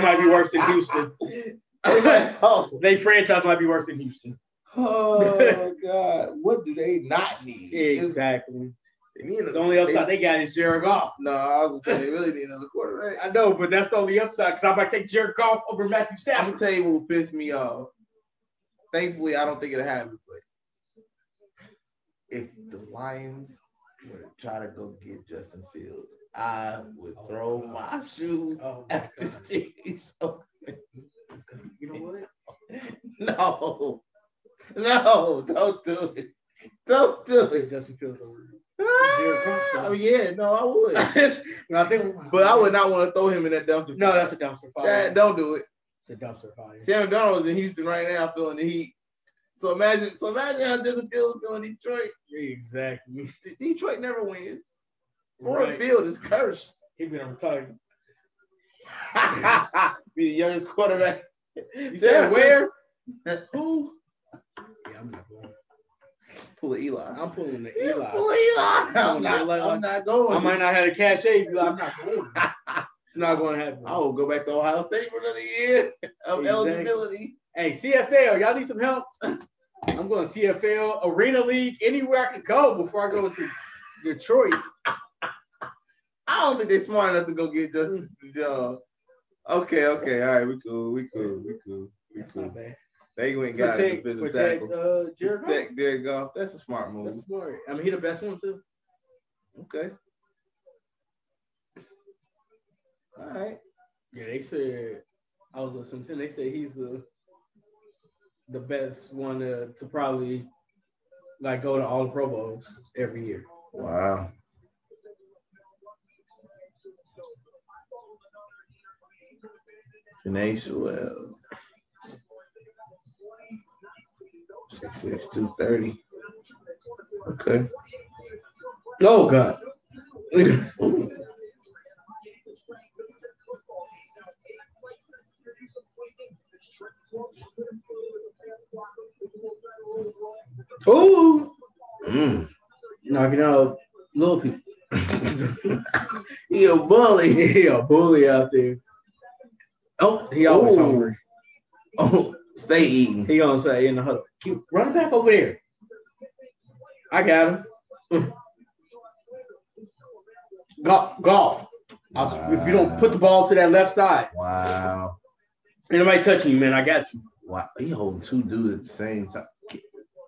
might be worse than Houston.
oh,
They franchise might be worse than Houston.
oh God! What do they not need? It's-
Exactly.
They need
The only upside they got is Jared Goff.
No, I was gonna say they really need another quarterback.
I know, but that's the only upside because I might take Jared Goff over Matthew
I'm
Stafford.
gonna tell you what pissed me off. Thankfully, I don't think it'll happen, but if the Lions were to try to go get Justin Fields, I would throw my shoes
Oh, my
at the
God.
knees. So,
you know what?
no, no, don't do it. Don't do
Take
it.
Justin Fields over.
Oh yeah, no, I would.
no, I think,
But I would not want to throw him in that dumpster.
No, that's a dumpster fire.
That- don't do it.
it's a dumpster fire.
Sam Donald's in Houston right now feeling the heat. So imagine, so imagine how Justin Fields feeling Detroit.
Exactly.
De- Detroit never wins. Ford
Right.
Field is cursed.
He been retired.
Be the youngest quarterback.
You
Yeah.
said where?
Who?
Yeah, I'm not going.
Pull Eli.
I'm pulling the
Yeah,
Eli.
Pull Eli. I'm not,
Eli.
I'm not going.
I might not have a cash aid, but I'm not going. It's not going to happen.
I will go back to Ohio State for another year of
Exactly.
eligibility.
Hey, CFL, y'all need some help? I'm going CFL, Arena League, anywhere I can go before I go to Detroit.
I don't think they're smart enough to go get Justin the job. Okay, okay, all right, we cool, we cool, we cool, we
That's
cool.
not bad.
They went and got a
Protect,
defensive
protect
tackle.
uh, Jared Goff.
Tech there go. That's a smart move.
That's smart. I mean, he the best one, too.
Okay. All right.
Yeah, they said I was listening to. Them, they said he's the the best one to, to probably like go to all the Pro Bowls every year.
Wow. Janae Sewell. 6'6", 230. Okay.
Oh God! Ooh,
Mm.
knocking out little people.
He a bully.
He a bully out there.
Oh,
He always
ooh.
hungry.
Oh, stay eating.
He gonna say in the huddle, "Keep running back over there." I got him. Golf, golf. I'll- If you don't put the ball to that left side,
Wow.
anybody touching you, man, I got you.
Wow. He holding two dudes at the same time.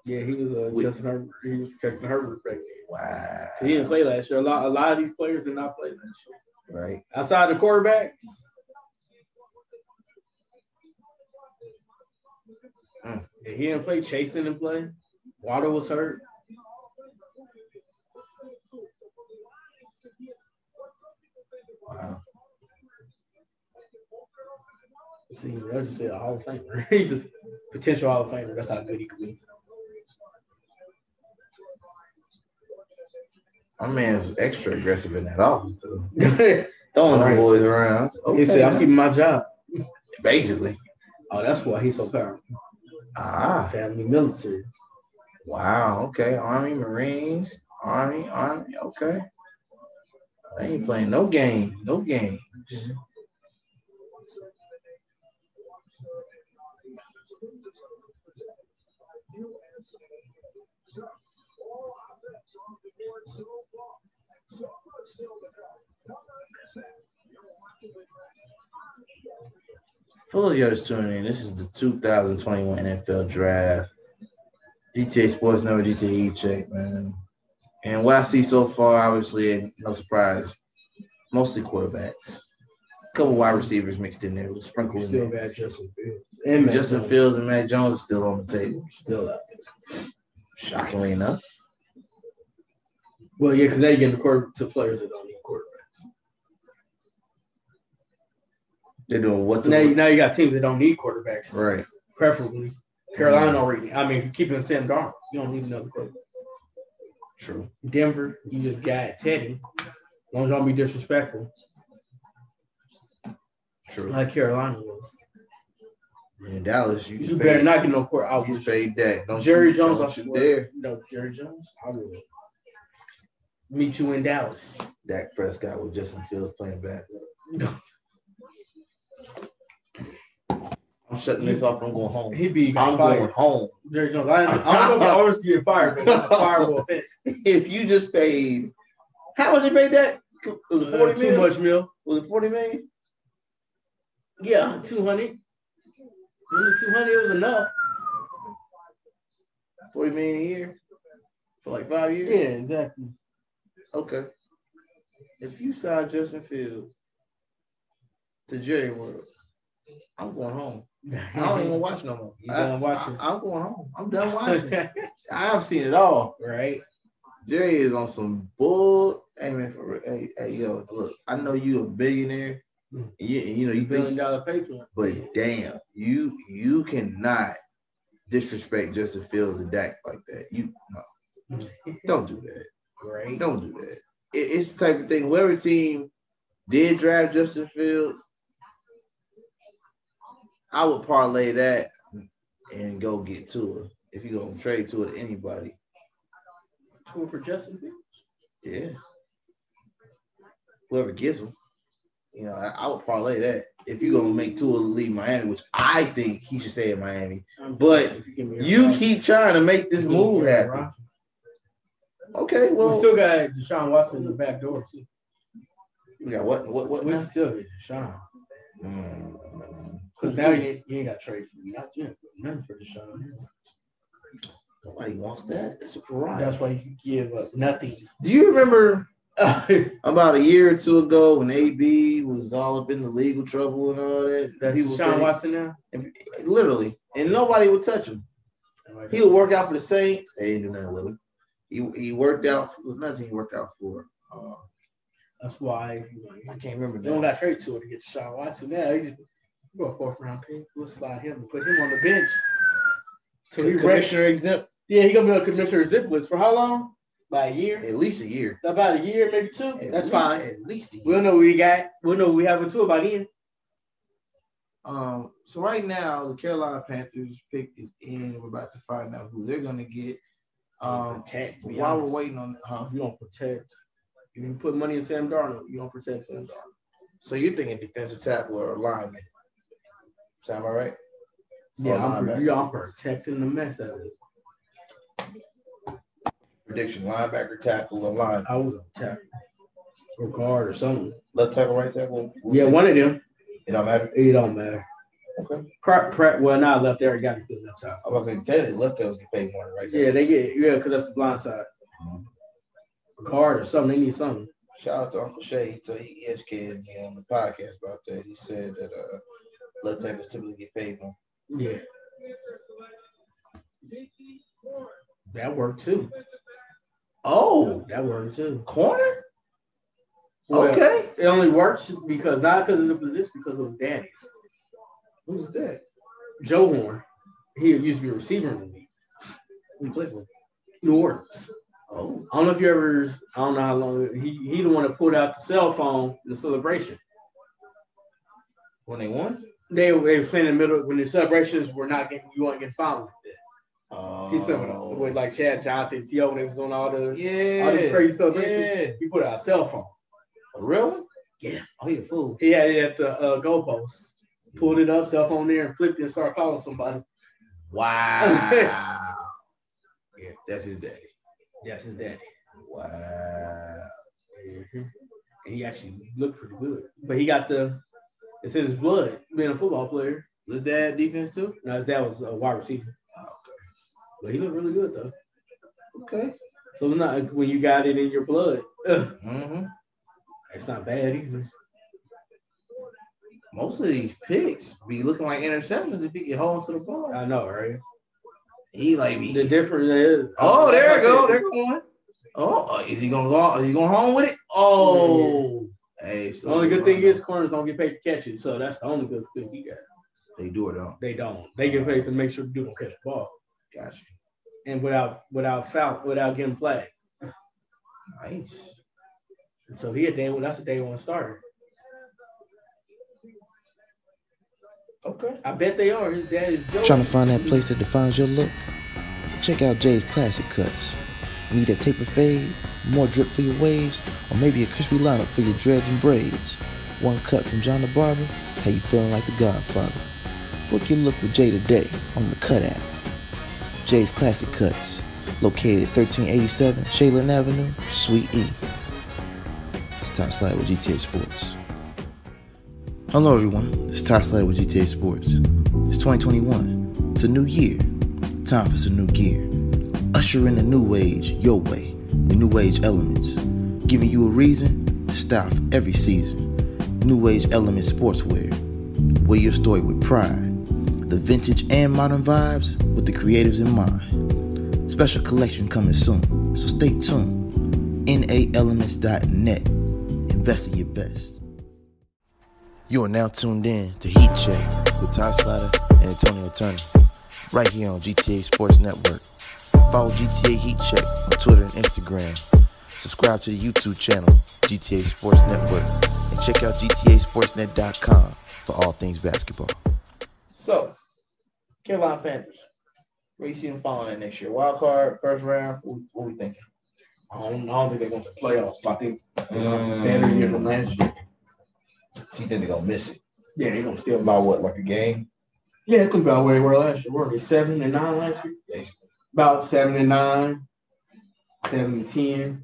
Yeah, he was uh,
Wait.
Justin Herbert. He was Justin Herbert back then.
Wow.
He didn't play last year. A lot, a lot of these players did not play last year.
Right.
Outside the quarterbacks,
Mm.
yeah, he didn't play. Chase didn't play. Water was hurt.
Wow.
See, I just said a Hall of Famer. He's a potential Hall of Famer. That's how good he could be.
My man's extra aggressive in that office though.
he
Throwing
Right.
them boys around. I said, Okay,
said, "I'm keeping my job."
basically.
Oh, that's why he's so powerful.
Ah,
Family military.
wow. Okay, Army, Marines, Army, Army. Okay. I ain't playing no game, no game. For those of you that's tuning in, this is the 2021 NFL Draft. DTA Sports Network, DTE E check, man. And what I see so far, obviously, no surprise, mostly quarterbacks. A couple wide receivers mixed in there, with sprinkle in
Still
there.
got Justin Fields. And Matt
Justin
Jones.
Fields and Matt Jones are still on the table.
still up.
Shockingly enough.
Well, yeah, because now you're getting the quarter to players that don't need quarterbacks.
They're doing what
Now, you,
the
now you got teams that don't need quarterbacks,
right.
preferably. Carolina already. I mean, if you're keeping Sam Darnold, you don't need another quarterback.
True.
Denver, you just got Teddy. As long as y'all be disrespectful,
True.
like Carolina was.
In Dallas, you, just
You
paid,
better not get no court out.
You just paid that. Don't
Jerry
you,
Jones,
Don't
I
you
swear.
dare.
No, Jerry Jones, I will meet you in Dallas.
Dak Prescott with Justin Fields playing back up. I'm shutting this off. I'm going home.
He'd be
I'm going
fired.
home.
Jerry Jones. I, I don't know if Orange get fired, but it's a fireable offense.
If you just paid, how much you paid that? Was it
Uh,
forty
too
million?
much meal.
Was it forty million?
Yeah, two hundred. Only two hundred was enough.
Forty million a year for like five years.
exactly.
Okay. If you sign Justin Fields to Jerry World, I'm going home. I don't even watch no more.
You done watching.
I, am going home. I'm done watching. I've seen it all.
right?
Jerry is on some bull. Hey man, for real. hey, hey yo, look, I know you a billionaire. And you, and you know you
Billion
think,
dollar paper.
but damn, you you cannot disrespect Justin Fields and Dak like that. You no, don't do that.
Right.
Don't do that. It, it's the type of thing. Whoever team did draft Justin Fields, I would parlay that and go get Tua. If you're gonna trade Tua to anybody,
Tour for Justin Fields.
yeah. Whoever gets him, you know, I, I would parlay that. If you're gonna make Tua leave Miami, which I think he should stay in Miami, But
If you, give me a
you
rock-
keep trying to make this
give me
move
a
happen.
rock.
Okay,
we
well,
still got Deshaun Watson in the back door too.
we got what? What? What?
We
now?
still get Deshaun.
Mm,
Because now you ain't, you ain't got trade for not yet, but none for Deshaun.
Nobody wants that. That's a pariah.
That's why you give up nothing.
Do you remember
That's
about a year or two ago when AB was all up in the legal trouble and all that? People
Deshaun
said-
Watson now.
literally, and nobody would touch him. He would work out for the Saints. They didn't do nothing with him. He he worked out for nothing. He worked out for. Uh,
That's why you know,
I
you
can't remember.
don't
Now.
got trade to it to get Deshaun Watson now. You just you go a fourth round pick. We'll slide him and put him on the bench. So he
Commissioner
wrecked.
exempt
Yeah, he gonna be on commissioner Zipless for how long? About a year?
at least a year.
About a year, maybe two.
At
That's
least-
fine.
At least a year.
We'll know what we got. We'll know what we have a tool by then.
Um, so right now the Carolina Panthers pick is in. We're about to find out who they're gonna get. Um,
protect, to be
while we're
honest.
waiting on, huh?
If you don't protect, if you put money in Sam Darnold, you don't protect Sam Darnold.
So you're thinking defensive tackle or lineman? Sound about right?
Yeah, I'm,
linebacker.
pro- yeah, I'm protecting the mess out of it.
Prediction: linebacker, tackle, or line,
I was a tackle or guard or something.
left tackle, right tackle.
Yeah, one of them.
It don't matter.
It don't matter.
Okay.
Pratt, Pratt well, not left there. Got it because left tackle.
I'm about to say technically left tackles get paid more than right
Yeah,
tackle.
they get yeah because that's the blind side.
Mm-hmm.
Guard or something. They need something.
Shout out to Uncle Shay. So he educated me on the podcast about that. He said that uh, left tackles typically get paid more.
Yeah. That worked too.
Oh,
That worked too.
corner.
Well,
Okay.
It only works because not because of the position, because of daddies.
Who's that?
Joe Horn, he used to be a receiver in the league. He played for New Orleans.
Oh,
I don't know if you ever, I don't know how long he he the one that pulled out the cell phone in the celebration.
when they won.
They, they were playing in the middle when the celebrations were not getting you weren't getting found like that.
Oh,
He's playing with like Chad Johnson, T.O. when they was on all the all the
yeah,
crazy celebrations.
yeah.
He put out a cell phone.
A real one?
Yeah.
Oh, you a fool.
He had it at the uh, goalpost. Pulled it up, cell phone there, and flipped it and started following somebody.
Wow. yeah, that's his daddy.
That's his daddy.
Wow.
And he actually looked pretty good. But he got the it's in his blood being a football player.
Was that defense too?
Now his dad was a wide receiver. But he looked really good though.
Okay.
So it's not when you got it in your blood, ugh,
Mm-hmm.
it's not bad either.
Most of these picks be looking like interceptions if he get hold to the ball.
I know, right?
He like
The
be.
difference is
Oh, there it go. There
it
go one. Oh, uh, is he gonna go? Is he going home with it? Oh, hey.
The
So
only good thing is corners don't get paid to catch it, so that's the only good thing he got.
they do it though.
They don't. They get paid to make sure the dude don't catch the ball,
Gotcha.
and without without foul without getting flagged.
Nice.
So he a day one. That's a day one starter.
Okay.
I bet they are. His dad is Joe.
Trying to find that place that defines your look? Check out Jay's Classic Cuts. Need a taper fade, more drip for your waves, or maybe a crispy lineup for your dreads and braids? One cut from John the Barber, how you feeling like the Godfather? Book your look with Jay today on the Cut app. Jay's Classic Cuts, located at 1387 Shaylin Avenue, Suite E. It's Ty Slider with GTA Sports. Hello, everyone. It's Ty Slater with GTA Sports. It's 2021. It's a new year. Time for some new gear. Usher in the new age your way with new age elements, giving you a reason to style for every season. New age element sportswear. Wear your story with pride. The vintage and modern vibes with the creatives in mind. Special collection coming soon, so stay tuned. NAElements.net. Invest in your best. You are now tuned in to Heat Check with Ty Slider and Antonio Turner, right here on GTA Sports Network. Follow GTA Heat Check on Twitter and Instagram. Subscribe to the YouTube channel, GTA Sports Network, and check out GTASportsNet.com for all things basketball.
So, Carolina Panthers. Where you see them following that next year? Wild card, first round. What, what we thinking?
I don't, I don't think they're going to playoffs. I think they're gonna have a better year than last year.
So you think they're gonna miss it?
Yeah, they're going to still
About what, like a game?
Yeah, it's going to be about where they were last year. Were they seven and nine last year?
Basically.
About seven and nine, seven and ten,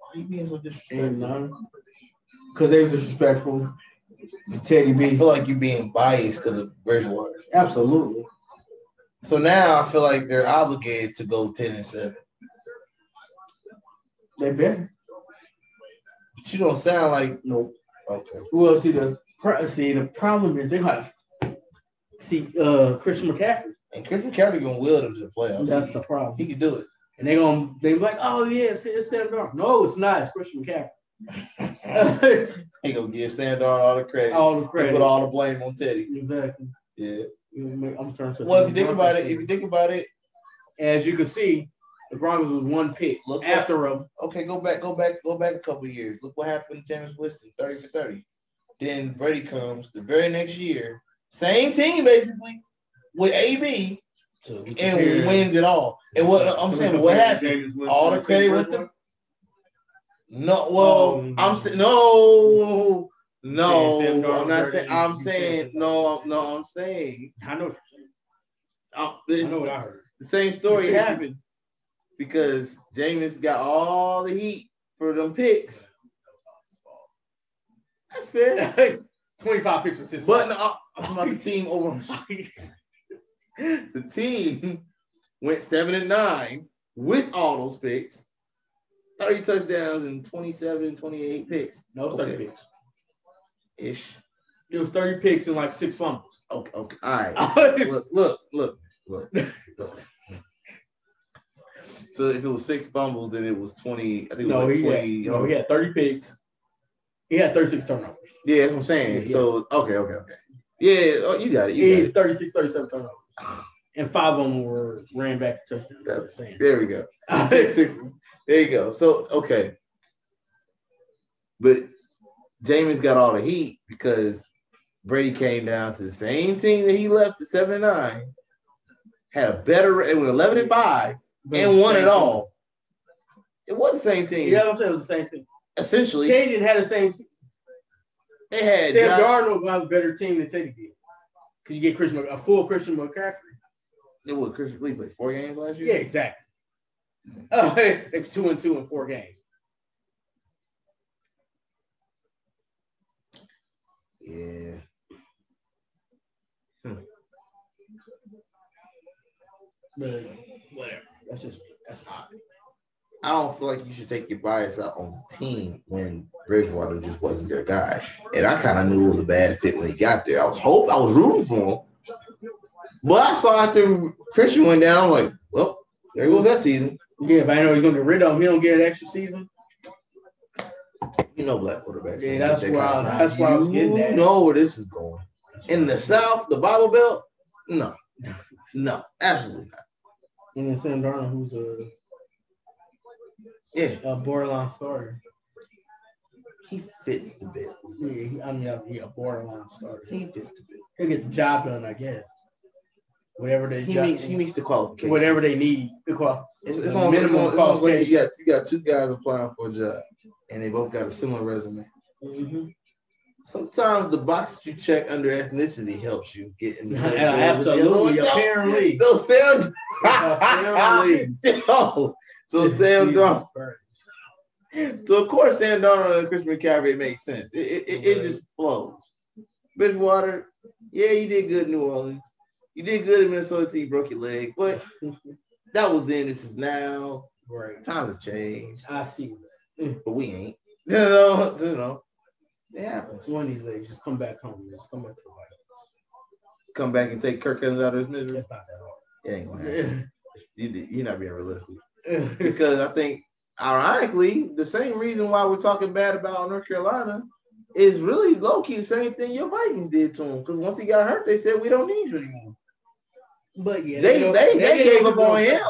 Why you being so
eight and
disrespectful?
nine. Because they was disrespectful to Teddy
I
B.
feel like you're being biased because of Bridgewater.
Absolutely.
So now I feel like they're obligated to go ten and seven.
They better.
But you don't sound like
No
okay.
Well, see the pro- see the problem is they have see uh Christian McCaffrey.
And Chris McCaffrey gonna will them to the playoffs.
That's the problem.
he can do it.
And they're gonna they be like, oh yeah, it's, it's Sam Darnold. No, it's not. It's Christian McCaffrey.
He gonna give Sandard all the credit.
all the
He
credit.
Put all the blame on Teddy.
exactly.
Yeah.
I'm turning to
Well, if you think about it, if you think about it,
as you can see, the Broncos was one pick
Look what-
after him.
okay, go back, go back, go back a couple of years. Look what happened to James Winston, 30 for 30. Then Brady comes the very next year, same team basically, with AB and wins it all. And what I'm saying, what happened? All the credit went to. No, well,
Um,
I'm saying no, no.
Sam Darnold
I'm not
Brady,
saying. I'm
you
saying
said-
no, no. I'm saying.
I know.
I'm-
I know what I heard.
the same story happened because Jameis got all the heat for them picks. That's fair.
25 picks was his.
But no, I'm about the team over. The team went seven and nine with all those picks, 30 touchdowns and 27, 28 picks
no, it was 30
Okay.
picks.
ish.
It was 30 picks and like six fumbles.
Okay, okay, all right.
That's
look, look, look, look. look. So if it was six fumbles, then it was twenty. I think it was
No,
like
he had,
twenty. um,
no, he had 30 picks. He had 36 turnovers.
Yeah, that's what I'm saying.
Yeah.
So okay, okay, okay. Yeah, oh, you got it.
He
You got
had
it.
36, 37 turnovers. And five of them were ran back to touchdowns. I'm just saying.
There we go. Six, six. There you go. So okay, but Jameis got all the heat because Brady came down to the same team that he left at seven and nine, had a better. It was eleven and five and won it all. It was the same team.
Yeah, I'm saying it was the same thing.
Essentially,
Teddy didn't have the same team.
they had
Sam
John,
Darnold was a better team than Teddy did. Because you get Christian, Mc- a full Christian McCaffrey.
they were Chris Lee played four games last
Yeah,
year.
exactly. Uh, it was two and two in four games.
Yeah.
Hmm. But whatever. That's just that's odd.
I don't feel like you should take your bias out on the team when Bridgewater just wasn't their guy. And I kind of knew it was a bad fit when he got there. I was hope I was rooting for him. But I saw after Christian went down, I'm like, well, there goes that season.
Yeah, but I know he's gonna get rid of him. He don't get an extra season.
You know black quarterbacks.
Yeah,
don't
that's
get that
where
kind of
I-
time.
that's where I was getting
You
at.
know where this is going. In the South, the Bible Belt? No. No, absolutely not.
And then Sam Darnold, who's a
Yeah,
a borderline starter.
he fits the bill.
Yeah, he- I mean, uh, yeah, borderline starter.
He fits the bill.
He'll get the job done, I guess. Whatever they
He
ju-
meets he meets the qualifications.
whatever they need. Well,
It's, it's
The
almost, it's
minimum
almost- it's almost like you
qualification.
got you got two guys applying for a job, and they both got a similar resume.
mhm.
Sometimes the box that you check under ethnicity helps you get in. the
Yeah,
same field as the other
absolutely,
one.
apparently.
So Sam,
Apparently.
no. So Sam
Jesus
Darnold.
Christ.
So of course Sam Darnold and Christian McCaffrey it makes sense. It it, it, it
Right.
just flows. Bridgewater, yeah, you did good in New Orleans. You did good in Minnesota. till You broke your leg, but that was then. This is now.
Right.
Times have changed.
I see.
but we ain't. You know, you know. It happens.
One of these days, just come back home. Just come back to the White House.
Come back and take Kirk Cousins out of his misery.
That's not that
It ain't gonna happen.
hard.
You, you're not being realistic
Yeah.
because I think, ironically, the same reason why we're talking bad about North Carolina is really low key the same thing your Vikings did to him. Because once he got hurt, they said we don't need you anymore.
but yeah,
They-
don't-
they- they
didn't
gave
know
up on
if-
him.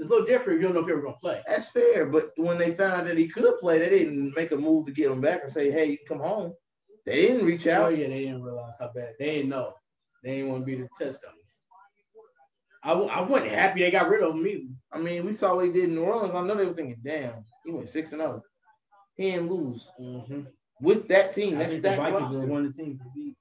It's a little different if you don't know if you're gonna play.
That's fair. But when they found out that he could play, they didn't make a move to get him back and say, "Hey, come home." They didn't reach
Oh
out.
yeah, they didn't realize how bad. They didn't know. They didn't want to be the test dummies. I, w- I wasn't happy they got rid of him either.
I mean, we saw what he did in New Orleans. I know they were thinking, "Damn, he went six and zero. He didn't lose."
Mm-hmm.
with that team.
I
That's
think the
that
Vikings
roster.
were one of the teams to beat.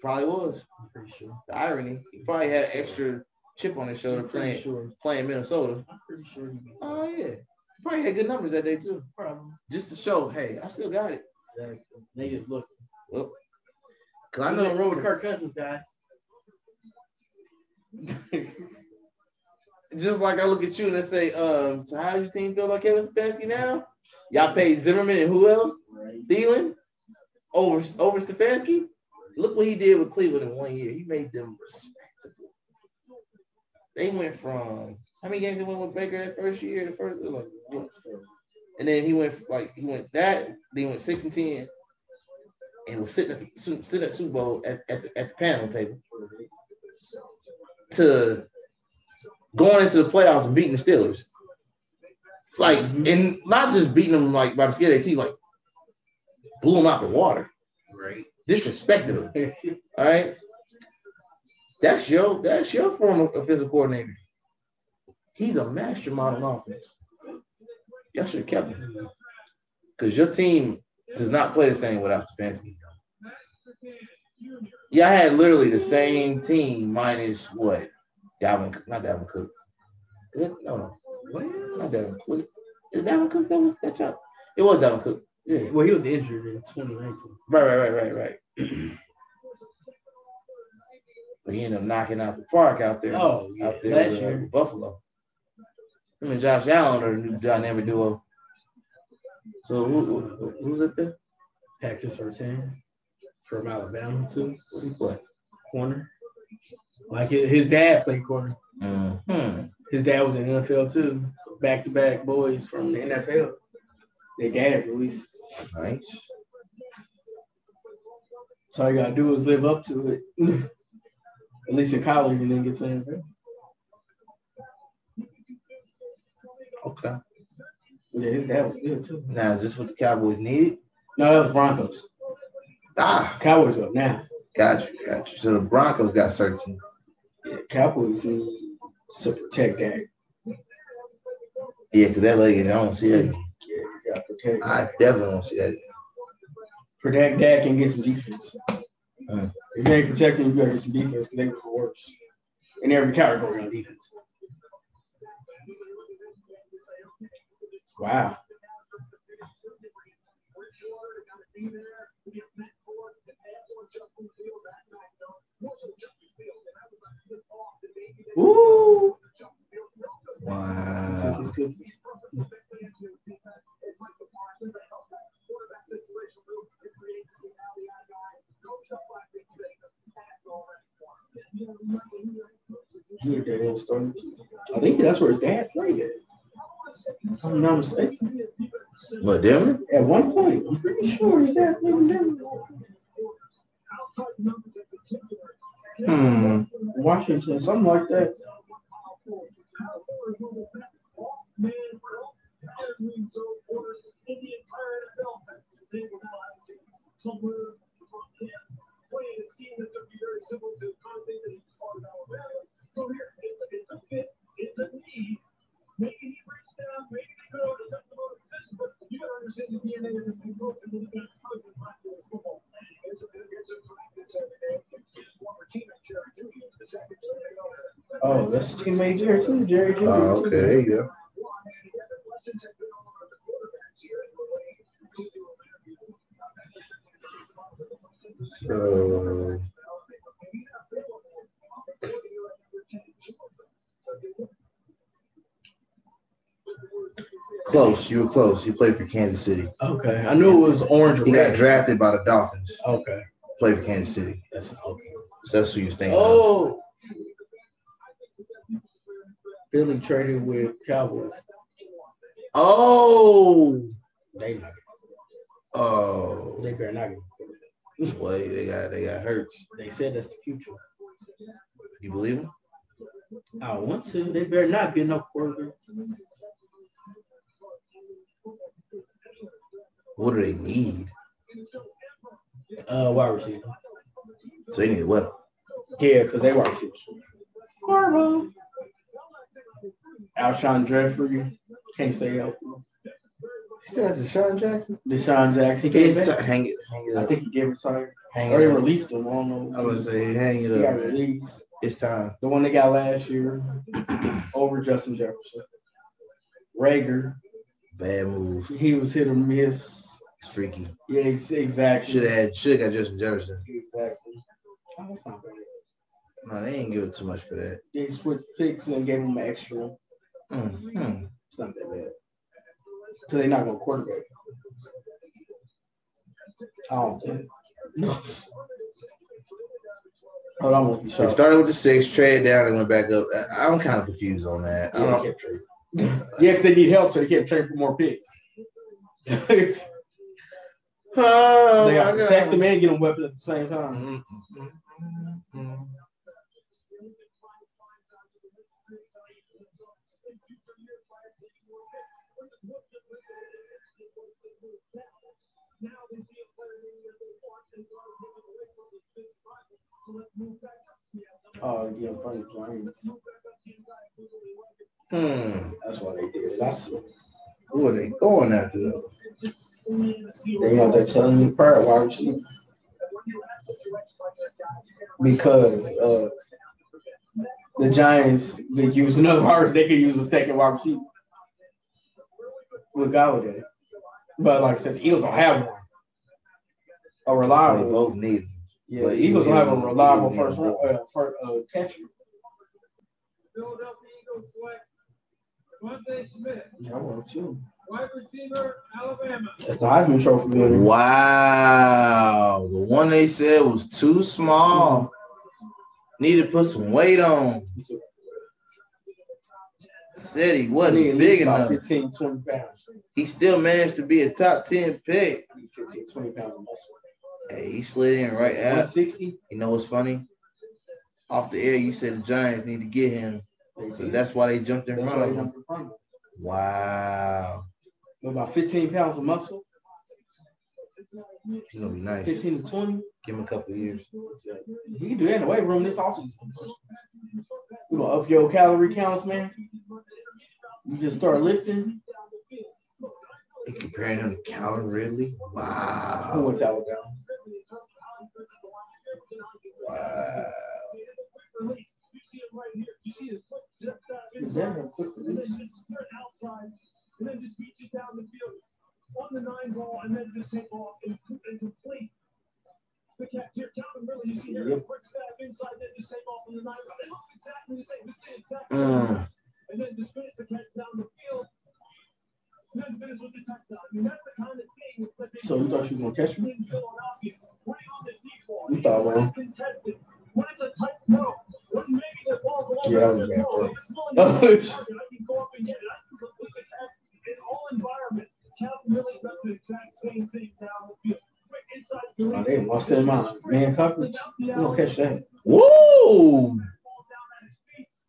Probably was.
I'm pretty sure.
The irony. He probably had an extra chip on his shoulder
I'm pretty
playing
sure.
playing Minnesota.
I'm pretty sure he beat.
Oh yeah. He probably had good numbers that day too.
Probably.
Just to show, hey, I still got it.
Exactly. They just look.
Cause I
I know wrong with
know
Kirk Cousins, guys.
just like I look at you and I say, um, so how's your team feel about Kevin Stefanski now? Y'all paid Zimmerman and who else? Thielen over over Stefanski. Look what he did with Cleveland in one year. He made them respectable. They went from how many games they went with Baker that first year? The first like what? and then he went like he went that. Then he went six and ten, and was sitting at the, Su- sitting at Super Bowl at, at, the, at the panel table to going into the playoffs and beating the Steelers. Like and not just beating them like by the skin of their teeth, like blew them out the water,
Right.
disrespected them. All right. That's your that's your former offensive coordinator. He's a mastermind on offense. Y'all should have kept him because your team does not play the same without Stefanski. Y'all had literally the same team minus what? Dalvin, not Dalvin Cook. Is it? No, no, not
well,
Dalvin. Was it, is it Dalvin Cook? That was that y'all. It was Dalvin Cook. Yeah.
well, he was injured in 2019.
Right, right, right, right, right. but he ended up knocking out the park out there.
Oh, yeah.
out there
Last
with, uh,
year.
Buffalo. Him and Josh Allen are the new dynamic duo. So who, who, who's it there?
Patrick Sertan from Alabama, too.
What's he play?
Corner. Like his, his dad played corner.
hmm
His dad was in the NFL, too. So back to back boys from the NFL. Their dads, at least.
Nice.
So all you got to do is live up to it. at least in college, and then get to the NFL.
Okay.
Yeah, his dad was good, too.
Now is this what the Cowboys needed?
No, that was Broncos.
Ah,
Cowboys up now.
got you, got you. So the Broncos got certain.
Yeah, Cowboys need to protect that.
Yeah, because that leg, I don't see that. again.
Yeah, you got to protect.
I definitely don't see that. again.
protect Dak and get some defense.
Mm.
If they ain't protecting, you better get some defense because they were for worse in every category on defense. Wow. Ooh.
Wow.
I think that's where his dad played it. If I'm not mistaken.
What, Denver?
At one point, I'm pretty sure his dad played in Denver.
Hmm.
Washington, something like that.
it to be very similar to the kind of thing that he was taught in Alabama. So here, it's, it's a fit, it's a need. Maybe he breaks down, maybe they go to testimony of position, but you gotta understand the DNA of this new group and the kind of popular football. It's a, it's a practice every day. It's just one routine at Jerry Judy. It's the second to it.
Oh, that's
Teammate Jerry too. Jerry Judy.
Oh, okay, there you go. So,
close. You were close. You played for Kansas City.
Okay. I knew it was orange or
He got
red.
drafted by the Dolphins.
Okay.
Played for Kansas City.
That's okay.
So that's who you was thinking. of.
Oh,
Philly traded with Cowboys.
Oh.
They not.
Oh.
They better not. get-
Well, they- they got they got hurt.
They said that's the future.
You believe him?
I want to. They better not get no quarterback.
What do they need?
Uh, wide receiver.
So they need what?
Yeah, because they wide receivers. Corvo. Alshon Jeffrey. Can't say help.
Still got Deshaun Jackson.
Deshaun Jackson. He came
It's
back.
t- hang it, hang it
I
up.
think he did retire.
Hang
Or they
it up.
released him. I don't
I
know.
was gonna say hang it
He
up.
got
Man.
released.
It's time.
The one they got last year over Justin Jefferson. Rager.
Bad move.
He was hit or miss.
It's freaky.
Yeah, ex- exactly.
Should have had should have got Justin Jefferson.
Exactly. Oh, that's not bad.
No, they ain't give it too much for that.
They switched picks and gave him an extra.
Mm-hmm.
It's not that bad. Because they're not going to quarterback. I don't think. Hold on, I'm going to be
They
sharp.
started with the six, traded down, and went back up. I, I'm kind of confused on that. I
yeah,
don't,
they kept trading. yeah, because they need help, so they kept trading for more picks. they
Oh
got to
my
protect them
god.
and get them weapons at the same time.
Mm, mm, mm,
Mm-hmm.
mm.
Oh, yeah, funny plans.
Hmm.
That's why they did it. I see.
Who are they going after though?
They out there telling you apart wide receiver. Because uh, the Giants could use another wide they could use a second wide receiver with Galladay. But like I said, the Eagles don't have one. A
They
reliable.
both need.
Yeah, the Eagles don't have a reliable first round uh, first, uh, catcher.
Philadelphia Eagles select Devontae Smith,
Yeah, I want two.
wide receiver, Alabama.
That's the Heisman Trophy winner.
Wow. The one they said was too small. Need to put some weight on. Said he
I need
wasn't big
at least
enough.
about 15, 20 pounds.
He still managed to be a top ten pick.
I need 15, 20 pounds of muscle.
Hey, he slid in right at.
160.
You know what's funny? Off the air, you said the Giants need to get him,
They
so
did.
that's why they jumped in
That's
front
why
of
they
him.
jumped in front of him.
Wow.
With about 15 pounds of muscle,
He's gonna be nice.
15 to 20.
Give him a couple of years.
He can do that in the weight room this offseason. You gonna up your calorie counts, man? You just start lifting.
They comparing him to Calvin Ridley.
Who
Wow.
went out down?
Wow.
He's damn near quick for this. Yep.
Mm.
So you thought you was gonna catch me? You thought well. Yeah, that was a bad throw. Nah, they lost their mind. Man coverage. You don't catch that.
Woo!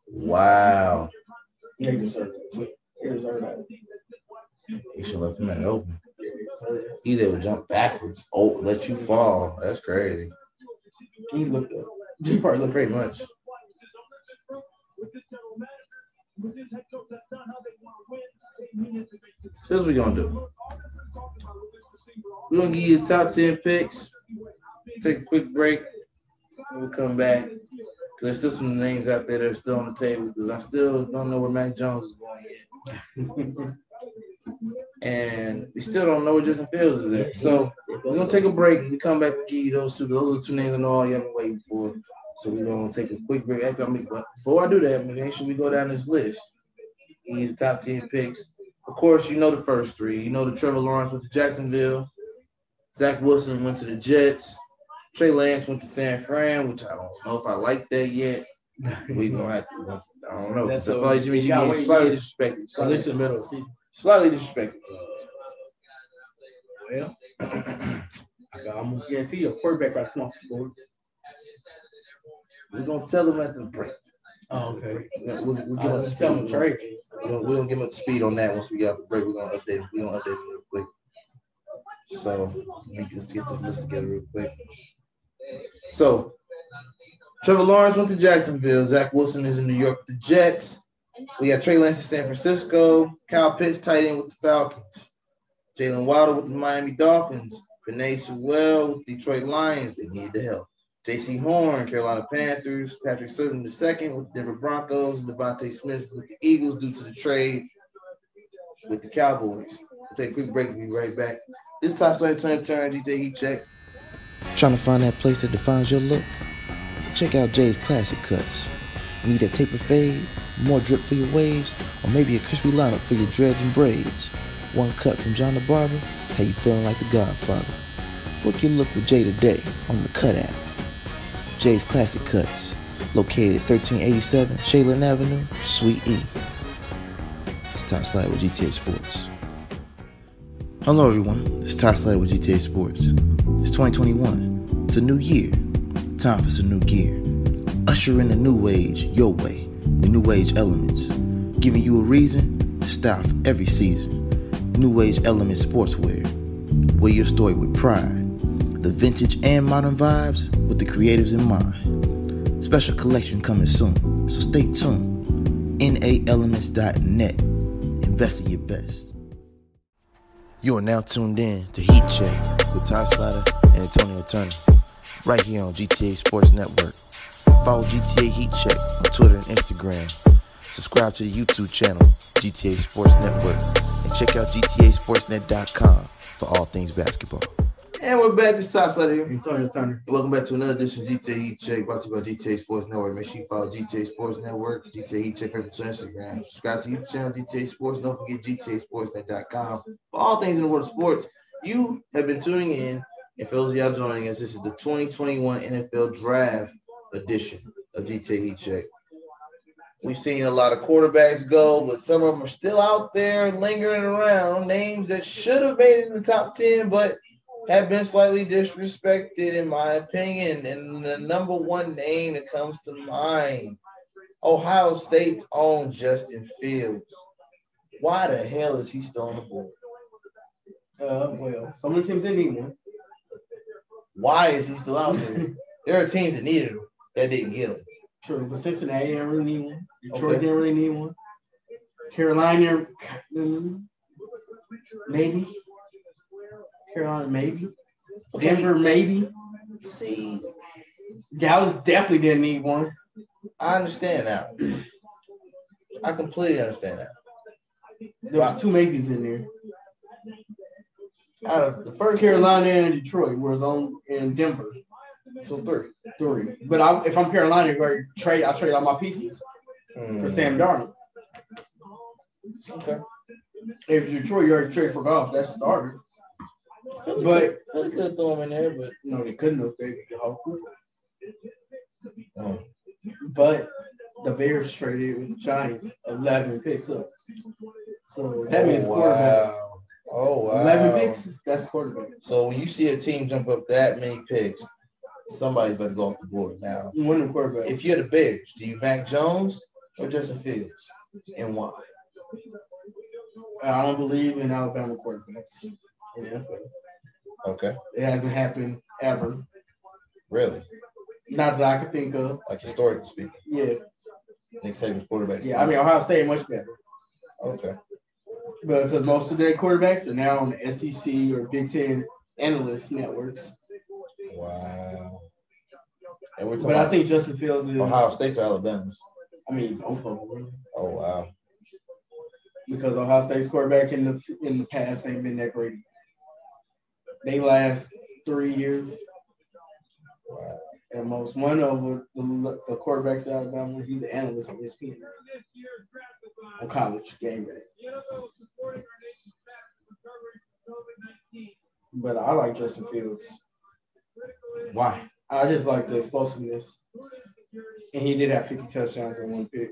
Wow.
They deserve it. They deserve that.
They should left him at open.
They deserve it.
Oh, Either would jump backwards or let you fall. That's crazy.
He looked up. He probably looked
Pretty much. So what we gonna do? We're gonna give you the top ten picks. Take a quick break. We'll come back. 'Cause There's still some names out there that are still on the table because I still don't know where Mac Jones is going yet. and we still don't know where Justin Fields is at. So we're gonna take a break. We come back and give you those two. Those are the two names I know all y'all been waiting for. So we're gonna take a quick break after I make but before I do that, I'm gonna make sure we go down this list. We need the top ten picks. Of course, you know the first three. You know the Trevor Lawrence went to Jacksonville. Zach Wilson went to the Jets. Trey Lance went to San Fran, which I don't know if I like that yet. We gonna have to. I don't know.
That's
So I
a-
feel like Jimmy G
you gotta
getting
wait.
slightly disrespected.
So this is
Slightly,
the middle of the season.
slightly disrespected.
Well, I got almost guarantee your quarterback right now. boy.
We're gonna tell them after the break.
Oh, okay.
We'll, we'll, we'll
I
give up the
was telling
speed.
Trey.
We're gonna, we're gonna give up the speed on that once we get out the break. We're gonna update. We're gonna update it real quick. So let me just get this list together real quick. So Trevor Lawrence went to Jacksonville. Zach Wilson is in New York with the Jets. We got Trey Lance in San Francisco. Kyle Pitts tight end with the Falcons. Jalen Wilder with the Miami Dolphins. Renee Sewell with Detroit Lions. They need the help. J.C. Horn, Carolina Panthers. Patrick Sutton II with the Denver Broncos. Devontae Smith with the Eagles due to the trade with the Cowboys. We'll take a quick break. We'll be right back. This is Top Side Turn Turn DJ Heat Check.
Trying to find that place that defines your look? Check out Jay's Classic Cuts. Need a taper fade, more drip for your waves, or maybe a crispy lineup for your dreads and braids? One cut from John the Barber, how you feeling like the Godfather? Book your look with Jay today on the Cut app. Jay's Classic Cuts, located at 1387 Shaylin Avenue, Suite E. It's Top Slide with GTA Sports. Hello, everyone. It's Todd Slater with GTA Sports. It's 2021. It's a new year. Time for some new gear. Usher in the new age your way with new age elements, giving you a reason to style for every season. New age element sportswear. Wear your story with pride. The vintage and modern vibes with the creatives in mind. Special collection coming soon, so stay tuned. NAElements.net. Invest in your best. You are now tuned in to Heat Check with Todd Slater and Antonio Turner, right here on GTA Sports Network. Follow GTA Heat Check on Twitter and Instagram. Subscribe to the YouTube channel, GTA Sports Network, and check out GTASportsNet.com for all things basketball.
And we're back. This is Top Slater here.
Antonio Turner.
Welcome back to another edition of GTA Heat Check, brought to you by GTA Sports Network. Make sure you follow GTA Sports Network, GTA Heat Check, Facebook, and Instagram. Subscribe to YouTube channel, GTA Sports. Don't forget GTASportsNet.com for all things in the world of sports. You have been tuning in, and for those of y'all joining us, this is the 2021 NFL Draft edition of GTA Heat Check. We've seen a lot of quarterbacks go, but some of them are still out there lingering around. Names that should have made it in the top 10, but have been slightly disrespected, in my opinion. And the number one name that comes to mind Ohio State's own Justin Fields. Why the hell is he still on the board? Ah,
Uh, well, some of the teams didn't need one.
Why is he still out there? there are teams that needed him that didn't get him.
True, but Cincinnati didn't really need one. Detroit
Okay.
didn't really need one. Carolina, mm, maybe. Carolina, maybe. Denver, maybe.
See,
Dallas definitely didn't need one.
I understand that. I completely understand that.
There was two maybes in there.
Out of the first
Carolina and Detroit was on and Denver
so three.
three. But I, if I'm Carolina, I trade I trade all my pieces
Hmm.
for Sam Darnold.
Okay.
If Detroit, you already trade for golf. That's a starter.
Philly
But-
could- Philly could throw him in there, but
No, they couldn't have. They they all could.
Hmm.
But the Bears traded with the Giants, 11 picks up. So that means
Oh,
quarterback.
wow. Oh wow.
11 picks, that's quarterback.
So when you see a team jump up that many picks, somebody's about to go off the board. Now,
One of quarterback.
if you're the Bears, do you Mac Jones or Justin Fields, and why?
I don't believe in Alabama quarterbacks. in the NFL.
Okay,
It hasn't happened ever.
really?
Not that I could think of.
like historically speaking.
Yeah,
Nick Saban's quarterback.
yeah. I mean, Ohio State much better.
okay.
because most of their quarterbacks are now on the SEC or Big Ten analyst networks.
Wow. And we're talking
But I
about
think Justin Fields is.
Ohio State or Alabama's.
I mean, both of them, really.
Oh wow.
because Ohio State's quarterback in the in the past ain't been that great. They last three years
Wow.
at most. One of the, the quarterbacks at Alabama, he's an analyst E on ESPN on college game day. But I like Justin Fields.
Why?
I just like the explosiveness. And he did have 50 touchdowns and one pick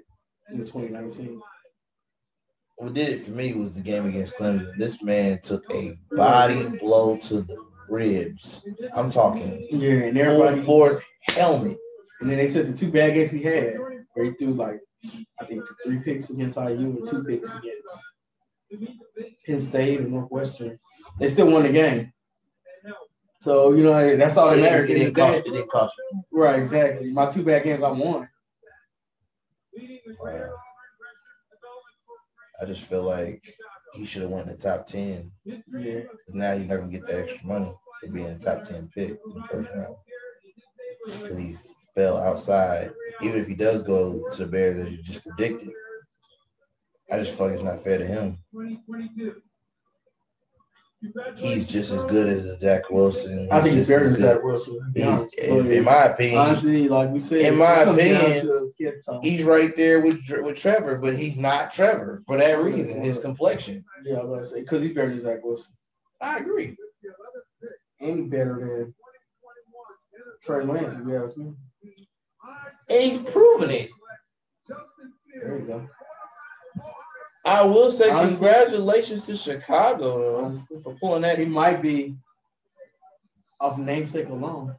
in 2019.
What did it for me was the game against Clemson. This man took a body blow to the ribs. I'm talking
Yeah, and
full
everybody.
force helmet.
And then they said the two bad games he had, where he threw like I think three picks against IU and two picks against Penn State and Northwestern. They still won the game. So you know that's all that
It
matters.
didn't,
at
it
the end
didn't
of the day.
cost, it didn't cost you.
Right, exactly. My two bad games I won.
Wow. I just feel like he should have went in the top ten.
Yeah,
Because now you're not gonna get the extra money for being a top ten pick in the first round. Because he fell outside. Even if he does go to the Bears as you just predicted, I just feel like it's not fair to him. He's just as good as a Zach Wilson.
I think
He's
it's
just
better
as
than Zach Wilson. to be
good.
honest.
He's, in, in my opinion, he's-
Honestly, like we said,
in my
it comes down
opinion,
to a skill talent.
he's right there with Dr- with Trevor, but he's not Trevor for that reason. His complexion.
yeah, I was gonna say because he's better than Zach Wilson.
I agree.
Ain't better than Trey Lance. If you ask me,
And he's proven it.
there you go.
I will say
Honestly.
congratulations to Chicago though,
Honestly.
for pulling that
He might be of namesake alone.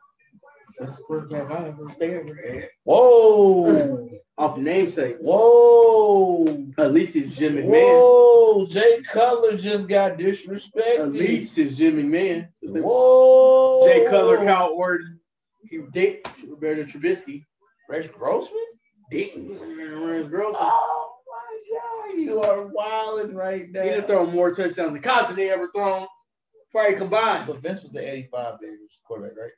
That's the quarterback I ever there.
Whoa,
Off namesake.
whoa,
At least it's Jim McMahon.
whoa! Jay Cutler just got
At
disrespected.
least it's Jim McMahon.
Whoa,
Jay Cutler, Kyle Orton. He did better than Trubisky.
Rex Grossman.
Didn't. Rams girls.
Oh my God, you are wilding right
He done
now.
thrown more touchdowns than Cousins they ever thrown. Probably combined.
So Vince was the '85 baby quarterback, right?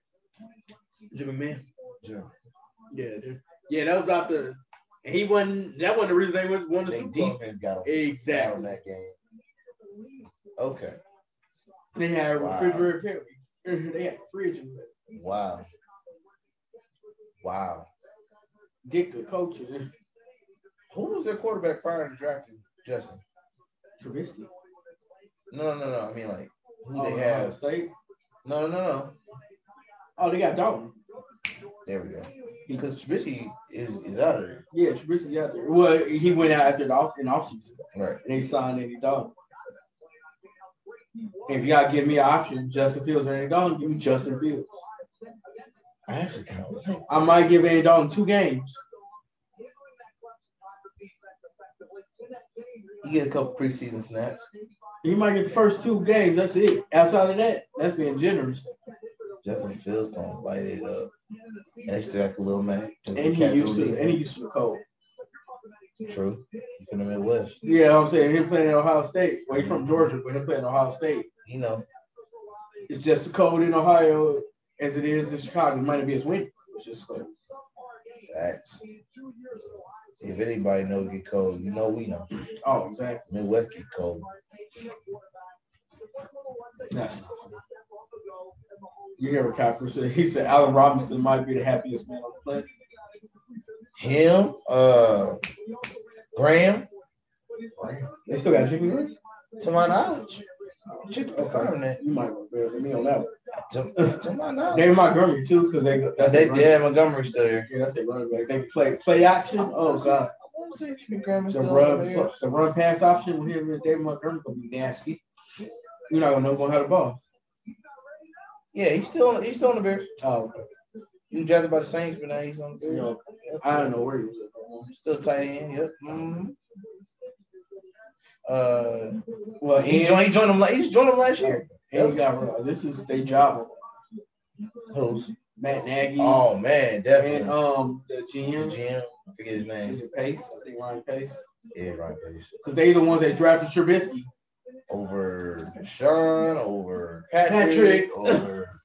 Jim McMahon.
Yeah.
Yeah, dude. Yeah, that was about the. And he wasn't. That wasn't the reason they won won the
They
Super Bowl.
defense got him out in
Exactly.
that game. Okay.
They had a
Wow.
refrigerator. pairing. They had a fridge in there.
Wow. Wow.
Dick the coach and
Who was their quarterback prior to drafting Justin?
Trubisky.
No, no, no. I mean, like, who
Oh,
they have.
State.
No, no, no.
Oh, they got Dalton.
There we go. Because Trubisky is, is out of there.
Yeah, Trubisky got there. Well, he went out after the off in offseason
Right.
and they signed Andy Dalton. If y'all give me an option, Justin Fields or Andy Dalton, give me Justin Fields.
I actually kind of like
I might give Andy Dalton two games.
You get a couple preseason snaps.
He might get the first two games. That's it. Outside of that, that's being generous.
Justin Fields going to light it up. And they still got Khalil Mack. Just
And he
cat
used
through
to and he used to the cold.
defense. True. He's from the Midwest.
Yeah, I'm saying him playing at Ohio State. Well, he's from Georgia, but him playing at Ohio State.
You know,
It's just as cold in Ohio as it is in Chicago. It might not be as windy. It's just cold.
facts. If anybody knows get cold, you know we know.
Oh, exactly.
Midwest get cold.
That's not fair. You hear what Kyle said? He said Allen Robinson might be the happiest man on the planet.
Him, uh, Graham,
They still got Jimmy Graham.
to my knowledge. Chick confirm that.
You might want better than me on that one.
To, to my knowledge.
David Montgomery too, because they that's
They,
their
they
running-
had Montgomery still here.
Yeah, that's their running back. They play play action. Oh god.
I want to say Jimmy Graham is
The
still over
run,
here.
the run pass option with him and David Montgomery gonna be nasty. You're not gonna know going how the ball.
Yeah, he's still on, he's still on the Bears.
Oh,
He was drafted by the Saints, but now he's on the
you
Bears.
know, I don't know where he was. at.
Still tight end. Yep. Mhm. Uh,
Well, and,
he joined. He joined him. la- He just joined him last year.
and you gotta realize this is their job.
Who's
Matt Nagy.
Oh man, definitely.
and um the
The
GM,
GM, I forget his name.
is it Pace? I think Ryan Pace.
Yeah, Ryan Pace.
Because they the ones that drafted Trubisky.
Over Sean, over
Patrick.
Patrick, over.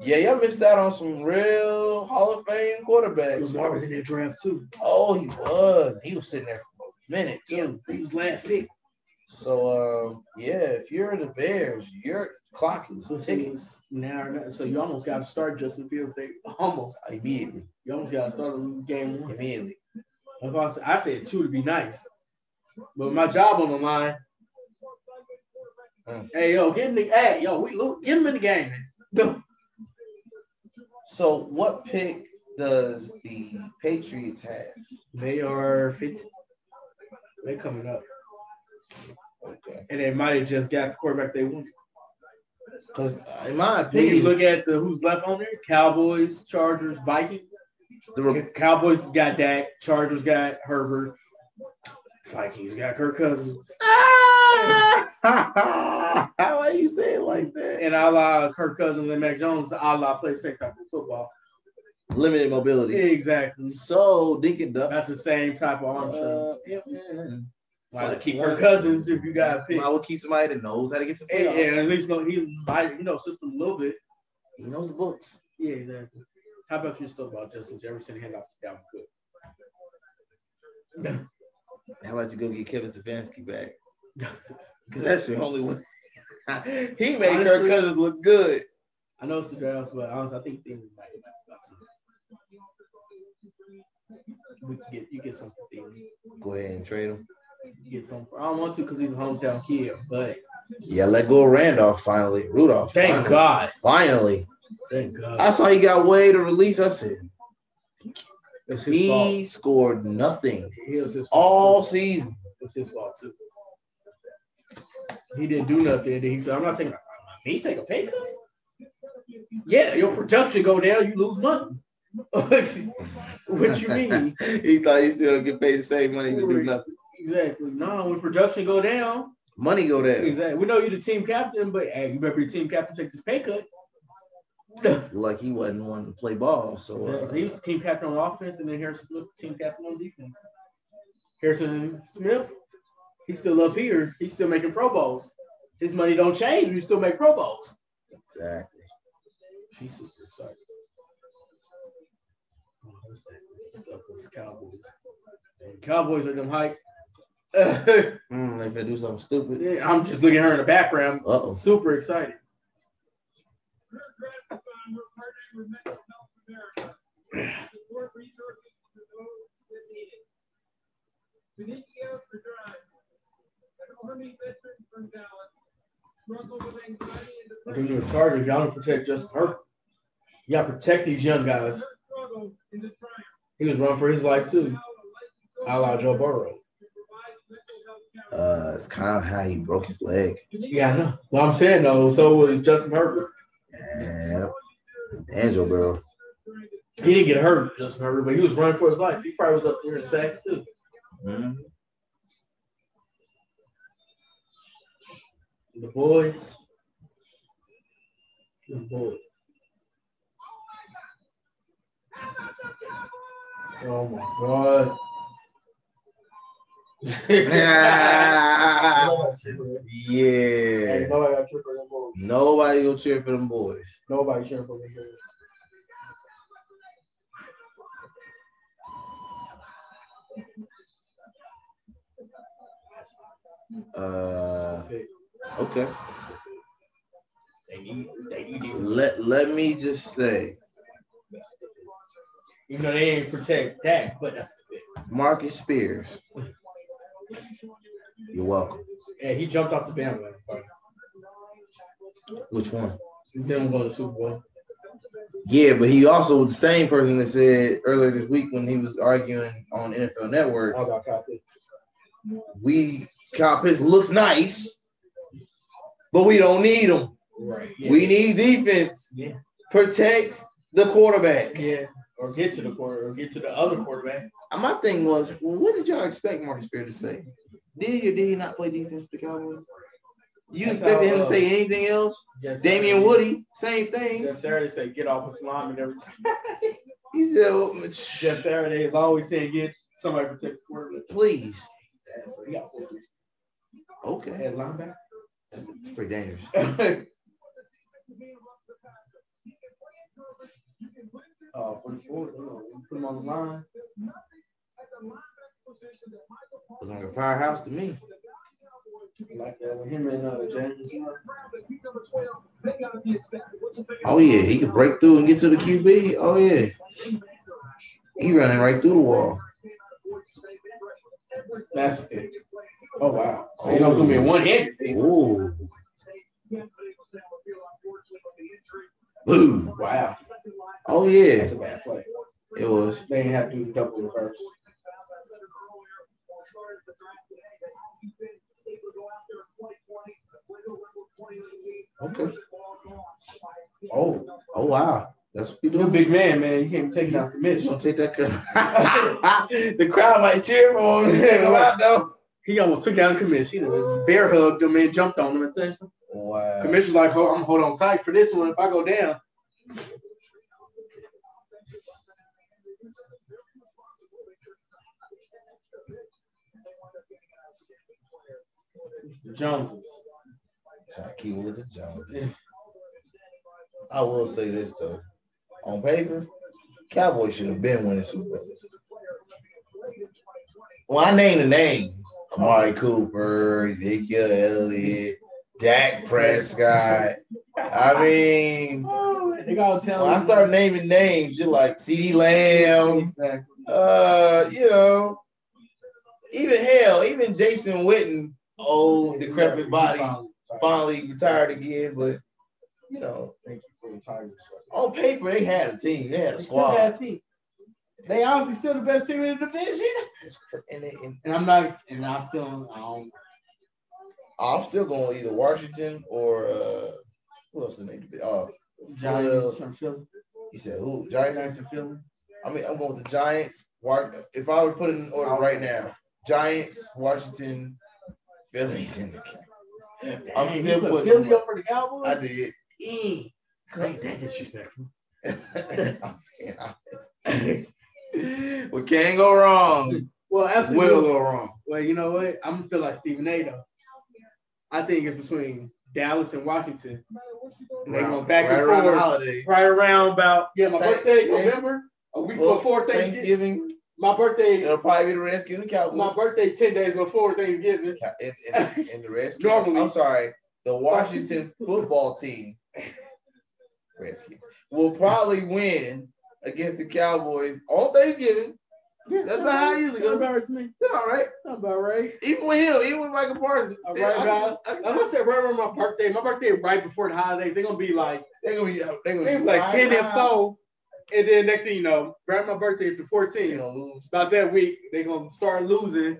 Yeah, y'all missed out on some real Hall of Fame
He was
quarterbacks.
Marvin in that draft too.
Oh, he was. He was sitting there for a minute
Yeah,
too.
he was last pick.
So um, yeah, if you're the Bears, your clock is ticking
Now, so you almost got to start Justin Fields. They almost.
immediately.
You almost got to start him game one.
Immediately.
That's why I said, I said two to be nice. But with my job on the line.
Mm.
Hey yo, get in the hey yo, we look, get him in the game. Man.
So what pick does the Patriots have?
They are fit. They coming up,
Okay.
and they might have just got the quarterback they wanted.
Because in my
Then you
opinion,
look at the who's left on there: Cowboys, Chargers, Vikings.
the Re-
Cowboys got Dak. Chargers got Herbert. Vikings got Kirk Cousins.
How are you saying like that?
And I allow Kirk Cousins and Mac Jones to allow play the same type of football.
Limited mobility.
Exactly.
So Deacon Duck.
That's the same type of arm strength.
Uh, yeah, yeah.
Why
Like,
keep
why-
Kirk Cousins if you got a pick?
I would keep somebody that knows how to get to the
And,
playoffs.
and at least know he might, you know, system a little bit.
He knows the books.
Yeah, exactly. How about you still about Justin Jefferson handoff to Dalvin Cook?
How about you go get Kevin Stefanski back? Because that's your only one. he made Kirk
Honestly-
Cousins look good.
I know it's the draft, but honestly, I think things might be about to- We can get you get something.
Go ahead and trade him.
You get some. I don't want to because he's a hometown kid, but
Yeah, let go of Randolph finally. Rudolph.
thank
finally.
God,
Finally.
thank God.
I saw he got way to release. I said,
It's his fault.
he scored nothing
It was his fault.
all season.
It was his fault too. He didn't do nothing. He said, "I'm not saying me take a pay cut." Yeah, your production go down, you lose money. what you mean?
he thought he still get paid the same money to do nothing.
Exactly. No, when production go down,
Money go there.
exactly. We know you're the team captain, but hey, you remember your team captain take this pay cut.
Like he wasn't one to play ball. So uh,
He was the team captain on offense, and then Harrison Smith, team captain on defense. Harrison Smith, he's still up here. He's still making Pro Bowls. His money don't change. We still make Pro Bowls.
exactly.
Jesus, sorry. Oh, what's that? Stuff with Cowboys. And Cowboys are them hype.
Mm, if they do something stupid.
I'm just looking at her in the background.
Uh oh.
Super excited. But in your Chargers, y'all don't protect Justin Herbert. You gotta protect these young guys. He was running for his life too. I allow Joe Burrow.
Uh, it's kind of how he broke his leg.
Yeah, I know. Well, I'm saying though, so was Justin Herbert.
Yeah. Angel Burrow.
He didn't get hurt, Justin Herbert, but he was running for his life. He probably was up there in sacks too. Mm-hmm.
Mhm.
The boys. The boys. Oh my god.
yeah.
Ain't nobody got tripped for them boys.
Nobody gonna cheer for them boys.
Nobody cheering for me here.
Uh, okay.
They need, they need to-
Let Let me just say,
Even though they didn't protect Dak, but that's the bit.
Marcus Spears. You're welcome.
Yeah, he jumped off the bandwagon.
Which one?
Then we'll go to the Super Bowl.
Yeah, but he also was the same person that said earlier this week when he was arguing on NFL Network,
I got caught this.
we Kyle Pitts looks nice, but we don't need him.
Right.
We need defense.
Yeah.
Protect the quarterback.
Yeah. Or get to the quarter or get to the other quarterback.
My thing was, well, what did y'all expect Marcus Spears to say? Did he or did he not play defense for the Cowboys?
You
That's
expected
how,
him to
uh,
say anything else?
Jeff
Damian
Saturday-
Woody, same thing.
Jeff Saturday said, "Get off his lineman every time."
He said,
oh,
well, it's-
Jeff Saturday is always saying, "Get somebody to protect the quarterback."
please.
That's what he got for me.
Okay.
Head linebacker.
It's pretty dangerous.
Oh, for the forward, you know, you put him on the line.
Looks like a powerhouse to me.
I like that with him and uh, James. Martin.
Oh yeah, he could break through and get to the QB. Oh yeah. He running right through the wall.
That's it. Oh wow.
Oh.
Ain't gonna be one handed.
Ooh. Boo.
Wow.
Oh yeah.
That's a bad play.
It was.
They ain't have to do double reverse.
Okay.
Oh,
Oh wow. That's what we
you're a
do.
big man, man. You can't take down
You
commission.
gonna take that cut. the crowd might cheer for him. Wow, though.
He almost took down commission. He done bear hugged him and jumped on him and said something.
Wow.
Commissioner's like, hold, I'm gonna hold on tight for this one. If I go down,
Jones.
Keep with the Uh, Jones. I will say this though. On paper, Cowboys should have been winning Super Bowl. Well, I name the names. Amari Cooper, Ezekiel Elliott, Dak Prescott. I mean,
They got to
when I start naming names, you're like CeeDee Lamb.
Exactly.
uh, you know, even hell, even Jason Witten, old decrepit body, finally retired again. But you know,
Thank you for the Tigers.
on paper they had a team, they had a
They still got
squad,
a team. They honestly still the best team in the division.
and, they, and
And I'm not, and I still, I don't,
I'm still going with either Washington or uh, who else did they do? Oh,
Giants from Philly.
you said who? Giants.
Giants from Philly.
I mean, I'm going with the Giants. Wa- If I would put it in order right now, Giants, Washington, Philly, and the Cowboys. I'm
You
still
put
putting
Philly
them
over the Cowboys?
I did.
Mm.
Ain't
that disrespectful?
I'm being honest. what can go wrong
well, absolutely.
will go wrong.
Well, you know what? I'm gonna feel like Stephen A. Though. I think it's between Dallas and Washington. And they go back
right
and
around the
forth.
holiday.
Right around about yeah, my
Thank-
birthday,
thank-
November, a week
Well,
before Thanksgiving.
Thanksgiving, Uh,
My birthday,
it'll probably be the Redskins and
my
Cowboys.
birthday, ten days before Thanksgiving.
And, and, and the Redskins.
Normally.
I'm sorry, the Washington football team, Redskins, will probably win against the Cowboys on Thanksgiving.
Yeah,
That's about how I usually go.
Don't embarrass me.
It's all right.
That's about right.
Even with him, even with Michael Parsons.
All right,
I can
guys.
just- I can-
I'm gonna say right around my birthday. My birthday right before the holidays. They're gonna be like
They're going to be, they're
they
gonna be
like
right
ten and
now.
four, and then next thing you know, right my birthday is the 14th.
They're going to lose.
about that week, they gonna start losing.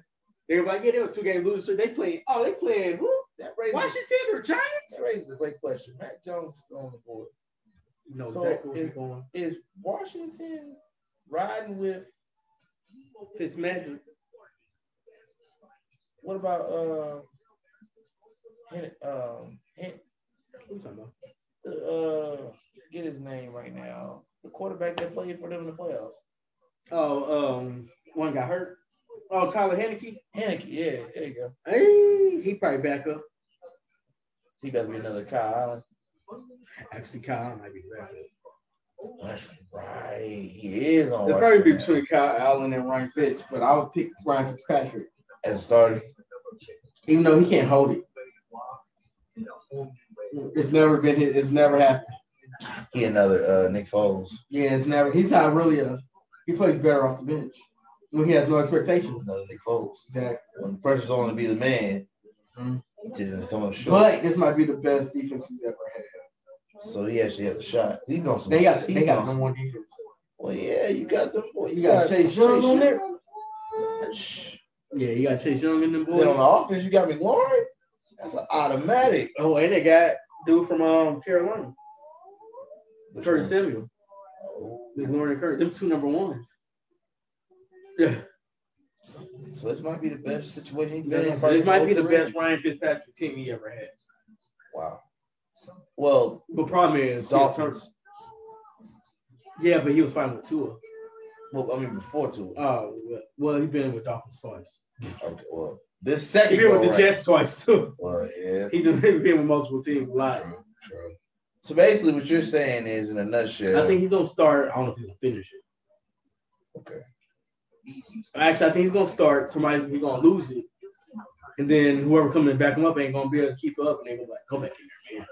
They were like, yeah, they were two game losers. So they playing. Oh, they playing who?
That raises
Washington or Giants?
That raises a great question. Matt Jones is still on the board.
No,
So,
exactly where
is-
he's going.
Is Washington riding with
Fitzmagic.
what about uh, Hen- um Hen-
Who you talking about?
uh get his name right now. The quarterback that played for them in the playoffs.
Oh, um, one got hurt. Oh, Tyler Haneke.
Haneke, yeah, there you go.
Hey, he probably back up.
He better be another Kyle Allen.
Actually, Kyle Allen might be back up.
That's right. He is on
It'll probably be
Washington now.
between Kyle Allen and Ryan Fitz, but I would pick Ryan Fitzpatrick,
as a starter.
even though he can't hold it. It's never been his, it's never happened.
He another uh Nick Foles.
Yeah, it's never. He's not really a. He plays better off the bench when he has no expectations.
Another Nick Foles.
Exactly.
When the pressure's on to be the man,
Mhm.
he just doesn't come up short.
But this might be the best defense he's ever had.
So he actually has a shot. He knows some.
They got
he
they got
knows-
number one defense.
Well, yeah, you got them. Boy,
You got Chase Young on there.
Shh.
Yeah, you got Chase Young and them
Then on
boys.
the offense, you got McLaurin. That's an automatic.
Oh, and they got dude from um Carolina, Curtis Samuel, McLaurin and Curtis. Them two number ones. Yeah,
So this might be the best situation. he's been in
so this might be the
personally.
best Ryan Fitzpatrick team he ever had.
Wow. Well,
But problem is,
Dolphins.
yeah, but he was fighting with Tua.
Well, I mean before two.
Oh, well, he been with Dolphins twice.
Okay, well, this
He
second.
been with
go
the
around-
Jets twice too.
Well, yeah.
He done he been with multiple teams a lot.
True, true. So basically, what you're saying is, in a nutshell,
I think he's gonna start. I don't know if he's gonna finish it.
Okay.
Actually, I think he's gonna start. Somebody's he's gonna lose it, and then whoever coming to back him up ain't gonna be able to keep up, and they gonna be like, "Come back in there, man."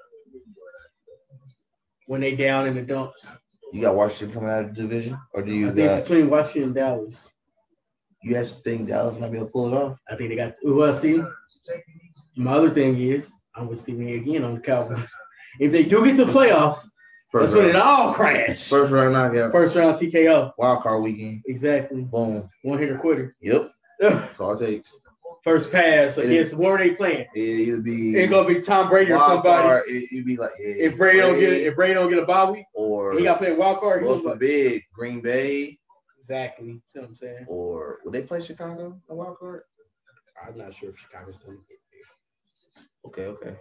When they down in the dumps,
you got Washington coming out of the division, or do
I
you
think
got
between Washington and Dallas,
you actually think Dallas might be able to pull it off?
I think they got. Well, see, my other thing is I'm with Stephen A. again on the Cowboys. If they do get to the playoffs, that's when it all crashed. First,
First round knockout,
round TKO,
wild card weekend.
exactly.
Boom.
One hitter quitter.
Yep. That's all it takes.
First pass against where they playing.
It, will be
It's gonna be Tom Brady or
wild
somebody.
card, It, it'd be like yeah,
If Brady don't get if Brady don't get a bye week,
or
he got to play wild card. He
Lord
looks like,
forbid, Green Bay,
exactly. See what I'm saying?
or would they play Chicago in wild card?
I'm not sure if Chicago's going to get
Okay, okay.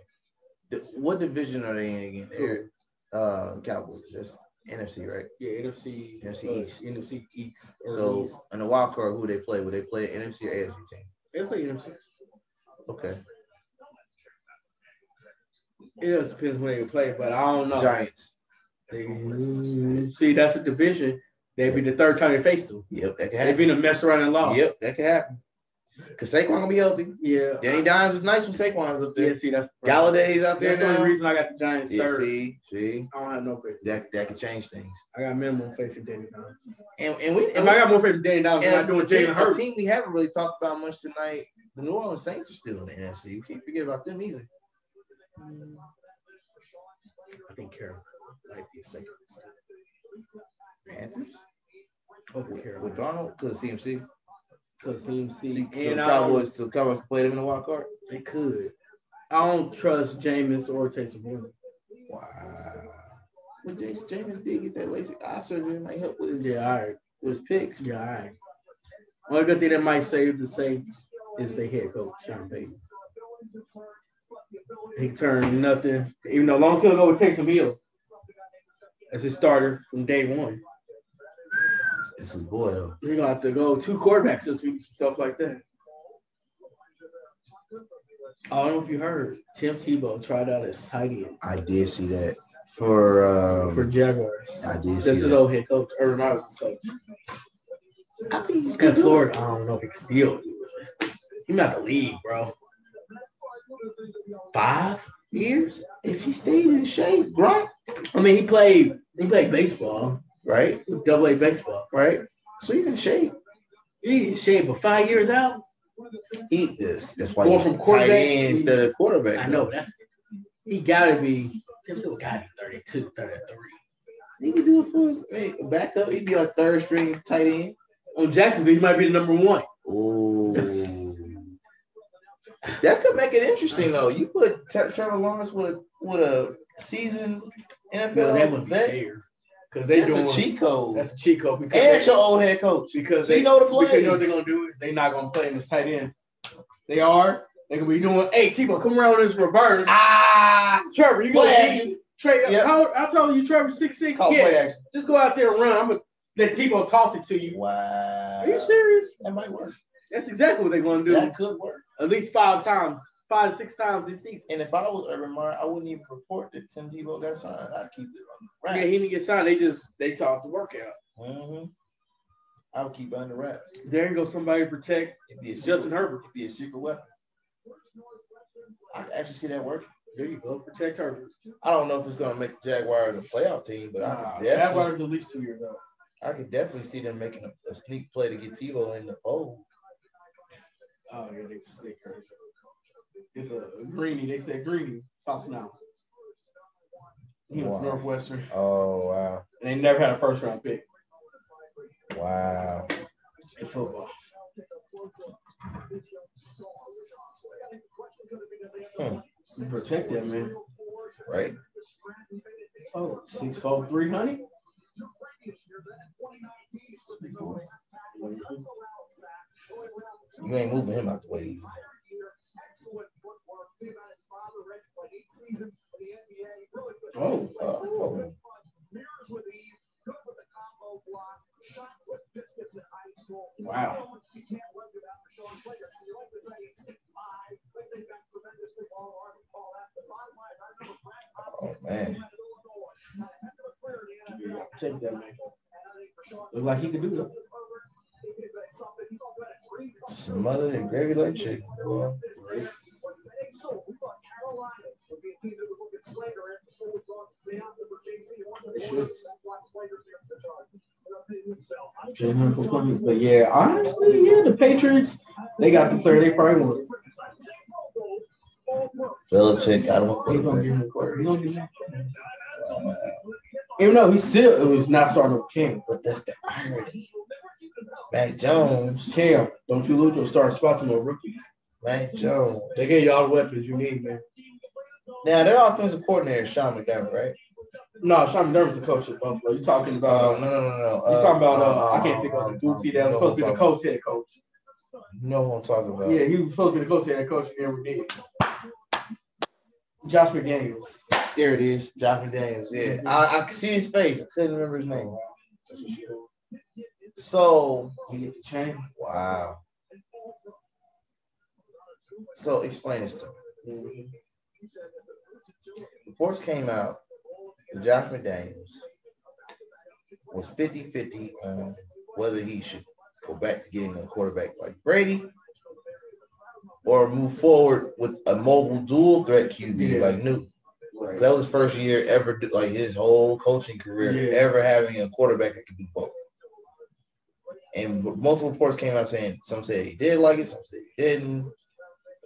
D- What division are they in again? They're, uh, Cowboys. That's NFC, right?
Yeah, NFC,
NFC
uh,
East.
NFC East. Or
So
East.
in the wild card, who they play? Would they play an NFC or AFC team?
they play NFC.
Okay.
It just depends when they play, but I don't know.
Giants.
They- see, that's a division. They'd be the third time they face them.
Yep, that can
They've
happen.
been a mess around and lost.
Yep, that can happen. Cause Saquon gonna be healthy.
Yeah.
Danny Dimes is nice when Saquon's up
Yeah,
there.
see, that's
Galladay's out there
That's the only
now.
reason I got the Giants
Yeah,
third.
see, see,
I don't have no faith.
that that could change things.
I got minimal faith in Danny Dimes.
And and we
If
and,
I got more faith in Danny Dimes,
and
I'm not doing
a, team,
Jalen
a
Hurts.
team we haven't really talked about much tonight. The New Orleans Saints are still in the NFC. We can't forget about them either.
I think Carolina might be a second.
Panthers
Over
with,
Carolina.
with Donald, cause CMC.
Because
So,
CMC
so
and Cowboys.
Cowboys, so Cowboys can play them in the wild card.
they could. I don't trust Jameis or Taysom Hill.
Wow. Well, James, James did get that LASIK eye surgery. It might help with his,
Yeah, all right.
with his picks.
Yeah, all right. Only good thing that might save the Saints is their head coach, Sean Payton. He turned nothing, even though long time ago with Taysom Hill as his starter from day one.
It's his boy, though.
You're gonna have to go two quarterbacks this week, stuff like that. I don't know if you heard Tim Tebow tried out as tight end
I did see that for. Um,
for Jaguars.
I did
That's
see
his
that.
old head coach, Urban Meyer's coach.
I think he's
At
good.
Florida, I don't know if he can steal. it. He not the league, bro. Five years?
If he stayed in shape, right?
I mean, he played. He played baseball,
Right,
double A baseball.
right. So he's in shape.
He ain't shit, but five years out.
He is. That's why
Going
he's
from
tight
quarterback-
end instead of quarterback.
I know that's. He gotta be. Tim Tebow gotta be 32, 33.
He could do it for hey, backup. He'd be like third string tight end.
On Oh, Jacksonville, he might be the number one.
Oh. that could make it interesting though. You put T- Trevor Lawrence with a with a seasoned NFL
Well, that would be
vet.
fair because they
That's
doing
a cheat code.
that's a cheat code because
and
they-
it's your old head coach.
because
He
they
know the
because you know what
plays.
they're gonna do is they not gonna play him as tight end. They are. They gonna be doing. Hey, Tebow, come around this reverse.
Ah,
Trevor, you
play
gonna be
action.
Trey?
Yep.
How, I told you, Trevor, six six.
Call play
Yeah,
action.
just go out there and run. I'm gonna let Tebow toss it to you.
Wow.
Are you serious?
That might work.
That's exactly what they're gonna do.
That could work.
At least five times, five six times this season.
And if I was Urban Meyer, I wouldn't even report that Tim Tebow got signed. I'd keep it on the wraps.
Yeah, he didn't get signed. They just they talked the workout.
hmm I would keep it under wraps.
There you go. Somebody protect
It'd be a secret,
Justin Herbert.
it'd be a secret weapon. I could actually see that working.
There you go. Protect Herbert.
I don't know if it's gonna make the Jaguars a playoff team, but I could
that
definitely,
was at least two years old.
I could definitely see them making a, a sneak play to get Tebow in the fold.
Oh yeah, they stay crazy. It's a greenie. They said greenie. South now. He was
Wow.
Northwestern,
Oh wow,
and they never had a first round pick
wow!
in football.
Hmm.
You protect that man.
Right?
Oh, six four three hundred.
You ain't moving him out the way. easy.
Oh.
Oh,
Oh.
Wow.
Oh man.
Check that man. Look like he could do that.
Smothered in gravy like chicken. Boy.
They should. Jalen Hurts will come in. But yeah, honestly, yeah, the Patriots, they got the player they probably want.
Belichick, I don't
They gonna
think
give him a quarter. He gonna give him a quarter.
that.
Even though he still it was not starting with Cam, but that's the irony.
Mac Jones.
Cam, don't you lose your starting spot to no rookie.
Mac Jones.
They gave y'all the weapons you need, man.
Now their offensive coordinator is Sean McDermott, right?
No, Sean McDermott's the coach of Buffalo. You talking
Uh,
about?
no, no, no, no.
you
uh,
talking about? Uh,
uh,
I can't think of the goofy that was
no,
supposed to be the
no,
coach head coach.
You know who I'm talking about?
Yeah, he was supposed to be the coach head coach, and never did. Josh McDaniels.
There it is, Josh McDaniels.
Mm-hmm.
Yeah, I, I could see his face. I couldn't remember his name. So
He get the chain.
wow. So explain this to me. Reports came out that Josh McDaniels was 50-50 on whether he should go back to getting a quarterback like Brady or move forward with a mobile dual threat QB
Yeah.
like Newton.
Right.
That was his first year ever, do- like his whole coaching career,
Yeah.
ever having a quarterback that could do both. And b- multiple reports came out saying some said he did like it, some said he didn't.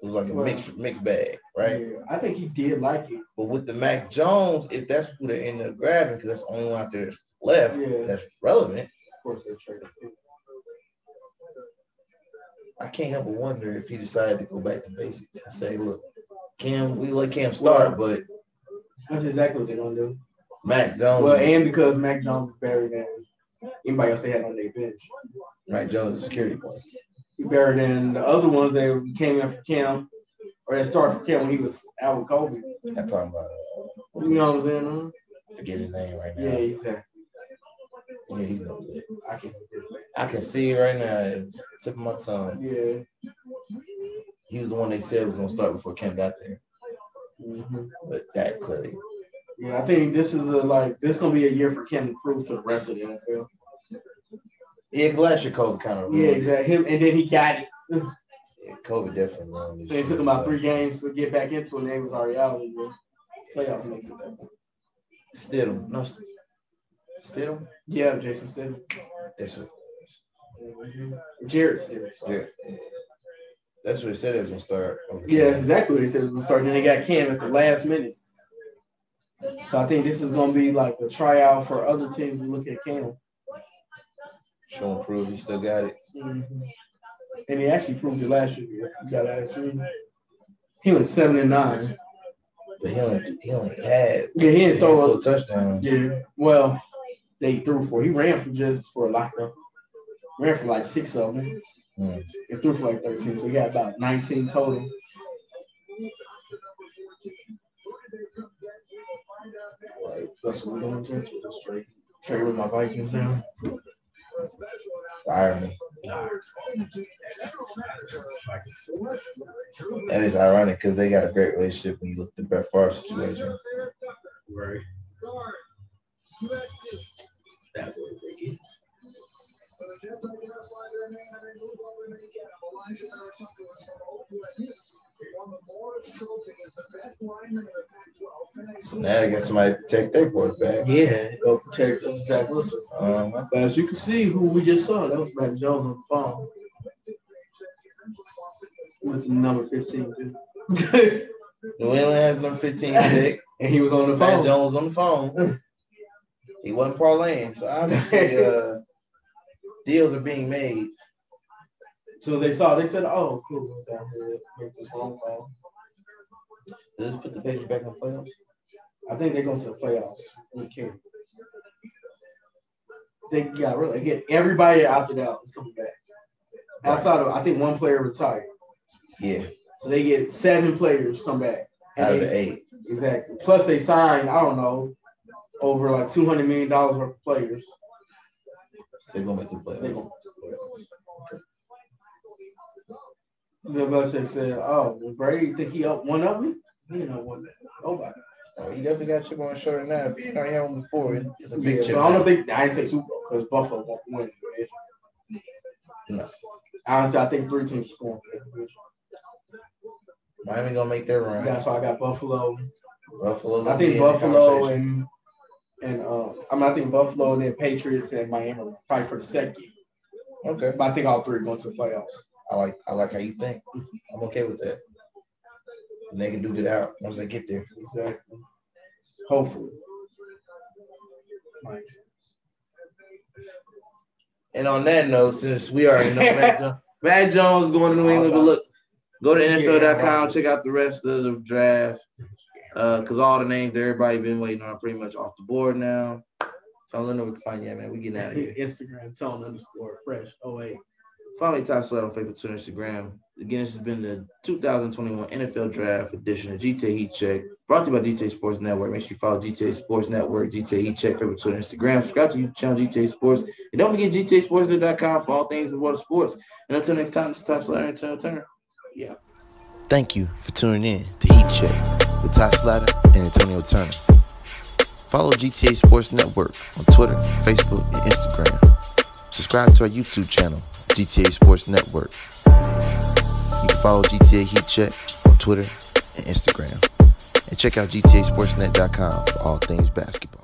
It was like a
Well-
mixed mixed bag, right?
Yeah, I think he did like it.
But with the Mac Jones, if that's who they end up grabbing, because that's the only one out there that's left
Yeah.
that's relevant,
Of course, they traded him.
I can't help but wonder if he decided to go back to basics and say, look, Cam, we let Cam start, but
That's exactly what they're gonna do.
Mac Jones,
Well, and because Mac Jones is better than anybody else they had on their bench.
Mac Jones is a security point.
He's better than the other ones that came in for Cam or that started for Cam when he was out with Kobe.
I'm talking about,
You know what I'm saying?
uh, forget his name right
Huh? Yeah,
now.
exactly.
Yeah, he's gonna do it.
I can not
I can see it right now, it's tip of my tongue.
Yeah.
He was the one they said was gonna start before Cam got there,
Mhm.
but that clearly.
Yeah, I think this is a like this gonna be a year for Cam to prove to the rest of the NFL.
Yeah, 'cause last year COVID kind of
Yeah,
ruined it.
exactly. Him and then he got it.
Yeah, COVID definitely ruined this
They
year.
took him about three games to get back into it. And they was already out of the playoff mix at that point.
Stidham, no, St- Stidham.
Yeah, Jason Stidham.
That's what.
Jared Stidham. sorry.
Yeah. That's what they said it was gonna start. over
Yeah, that's
Cam.
exactly what they said was gonna start. Then they got Cam at the last minute. So I think this is gonna be like a tryout for other teams to look at Cam.
Show and prove he still got it.
And he actually proved it last year. You gotta ask him. He was seven and nine.
But he only he only had
Yeah, he didn't throw
throw
a
a touchdown.
yeah. Well, they threw for he ran for just for like a ran for like six of them.
Hmm.
and threw for like 13. So he got about 19 total. Like, that's what we're doing. That's what we're straight. Trade with my Vikings now.
Irony. That is ironic because they got a great relationship when you look at the Brett Favre situation.
Right.
So now they got somebody to protect their quarterback.
Yeah, go protect Zach Wilson.
Um,
But as you can see, who we just saw, that was Matt Jones on the phone with number 15. dude.
New England has number 15 pick.
and he was on the
Matt
phone.
Jones was on the phone. He wasn't parlaying, so obviously uh, deals are being made.
So they saw, they said, oh, cool. we're down here, Make this phone call.
Does this put the Patriots back in the playoffs?
I think they're going to the playoffs. We care. They got really again everybody that opted out is coming back. Outside of I think one player retired.
Yeah,
So they get seven players come back. And
out of
they-
the eight.
Exactly. Plus they signed, I don't know, over like two hundred million dollars worth of players.
They're going to make the playoffs.
They gonna- Bill Belichick said, "Oh, well, Brady think he up one up me? He ain't up one nobody."
Oh, he definitely got chip on his shoulder now. If he ain't already had one before, it- it's a big
Yeah,
chip.
but I
now.
don't think I didn't say Super Bowl because Buffalo won't win. the division.
No.
Honestly, I think three teams are going for that division.
Miami gonna make their run.
That's why I got Buffalo.
Buffalo. Gonna
I
be
think
in the
Buffalo
conversation.
and and uh, I mean, I think Buffalo and then Patriots and Miami will fight for the second.
Okay,
But I think all three are going to the playoffs.
I like I like how you think. I'm okay with that. And they can do good out once they get there.
Exactly. Hopefully. Like,
And on that note, since we already know Matt Jones, Matt Jones going to New England, but look, go to NFL.com, check out the rest of the draft. Because all the names that everybody been waiting on are pretty much off the board now. So I'm letting know we can find you, at, man. We getting out of here.
Instagram, tone underscore fresh 08.
Follow me, Top Sled on Facebook, Twitter, Instagram. Again, this has been the 2021 NFL Draft edition of GTA Heat Check, brought to you by GTA Sports Network. Make sure you follow GTA Sports Network, GTA Heat Check, Facebook, Twitter, Instagram. Subscribe to YouTube channel GTA Sports, and don't forget GTASportsNet.com for all things in the world of sports. And until next time, this is Top Sled and Turner Turner.
Thank you for tuning in to Heat Check with Ty Slatter and Antonio Turner. Follow GTA Sports Network on Twitter, Facebook, and Instagram. Subscribe to our YouTube channel, GTA Sports Network. You can follow GTA Heat Check on Twitter and Instagram. And check out GTASportsNet.com for all things basketball.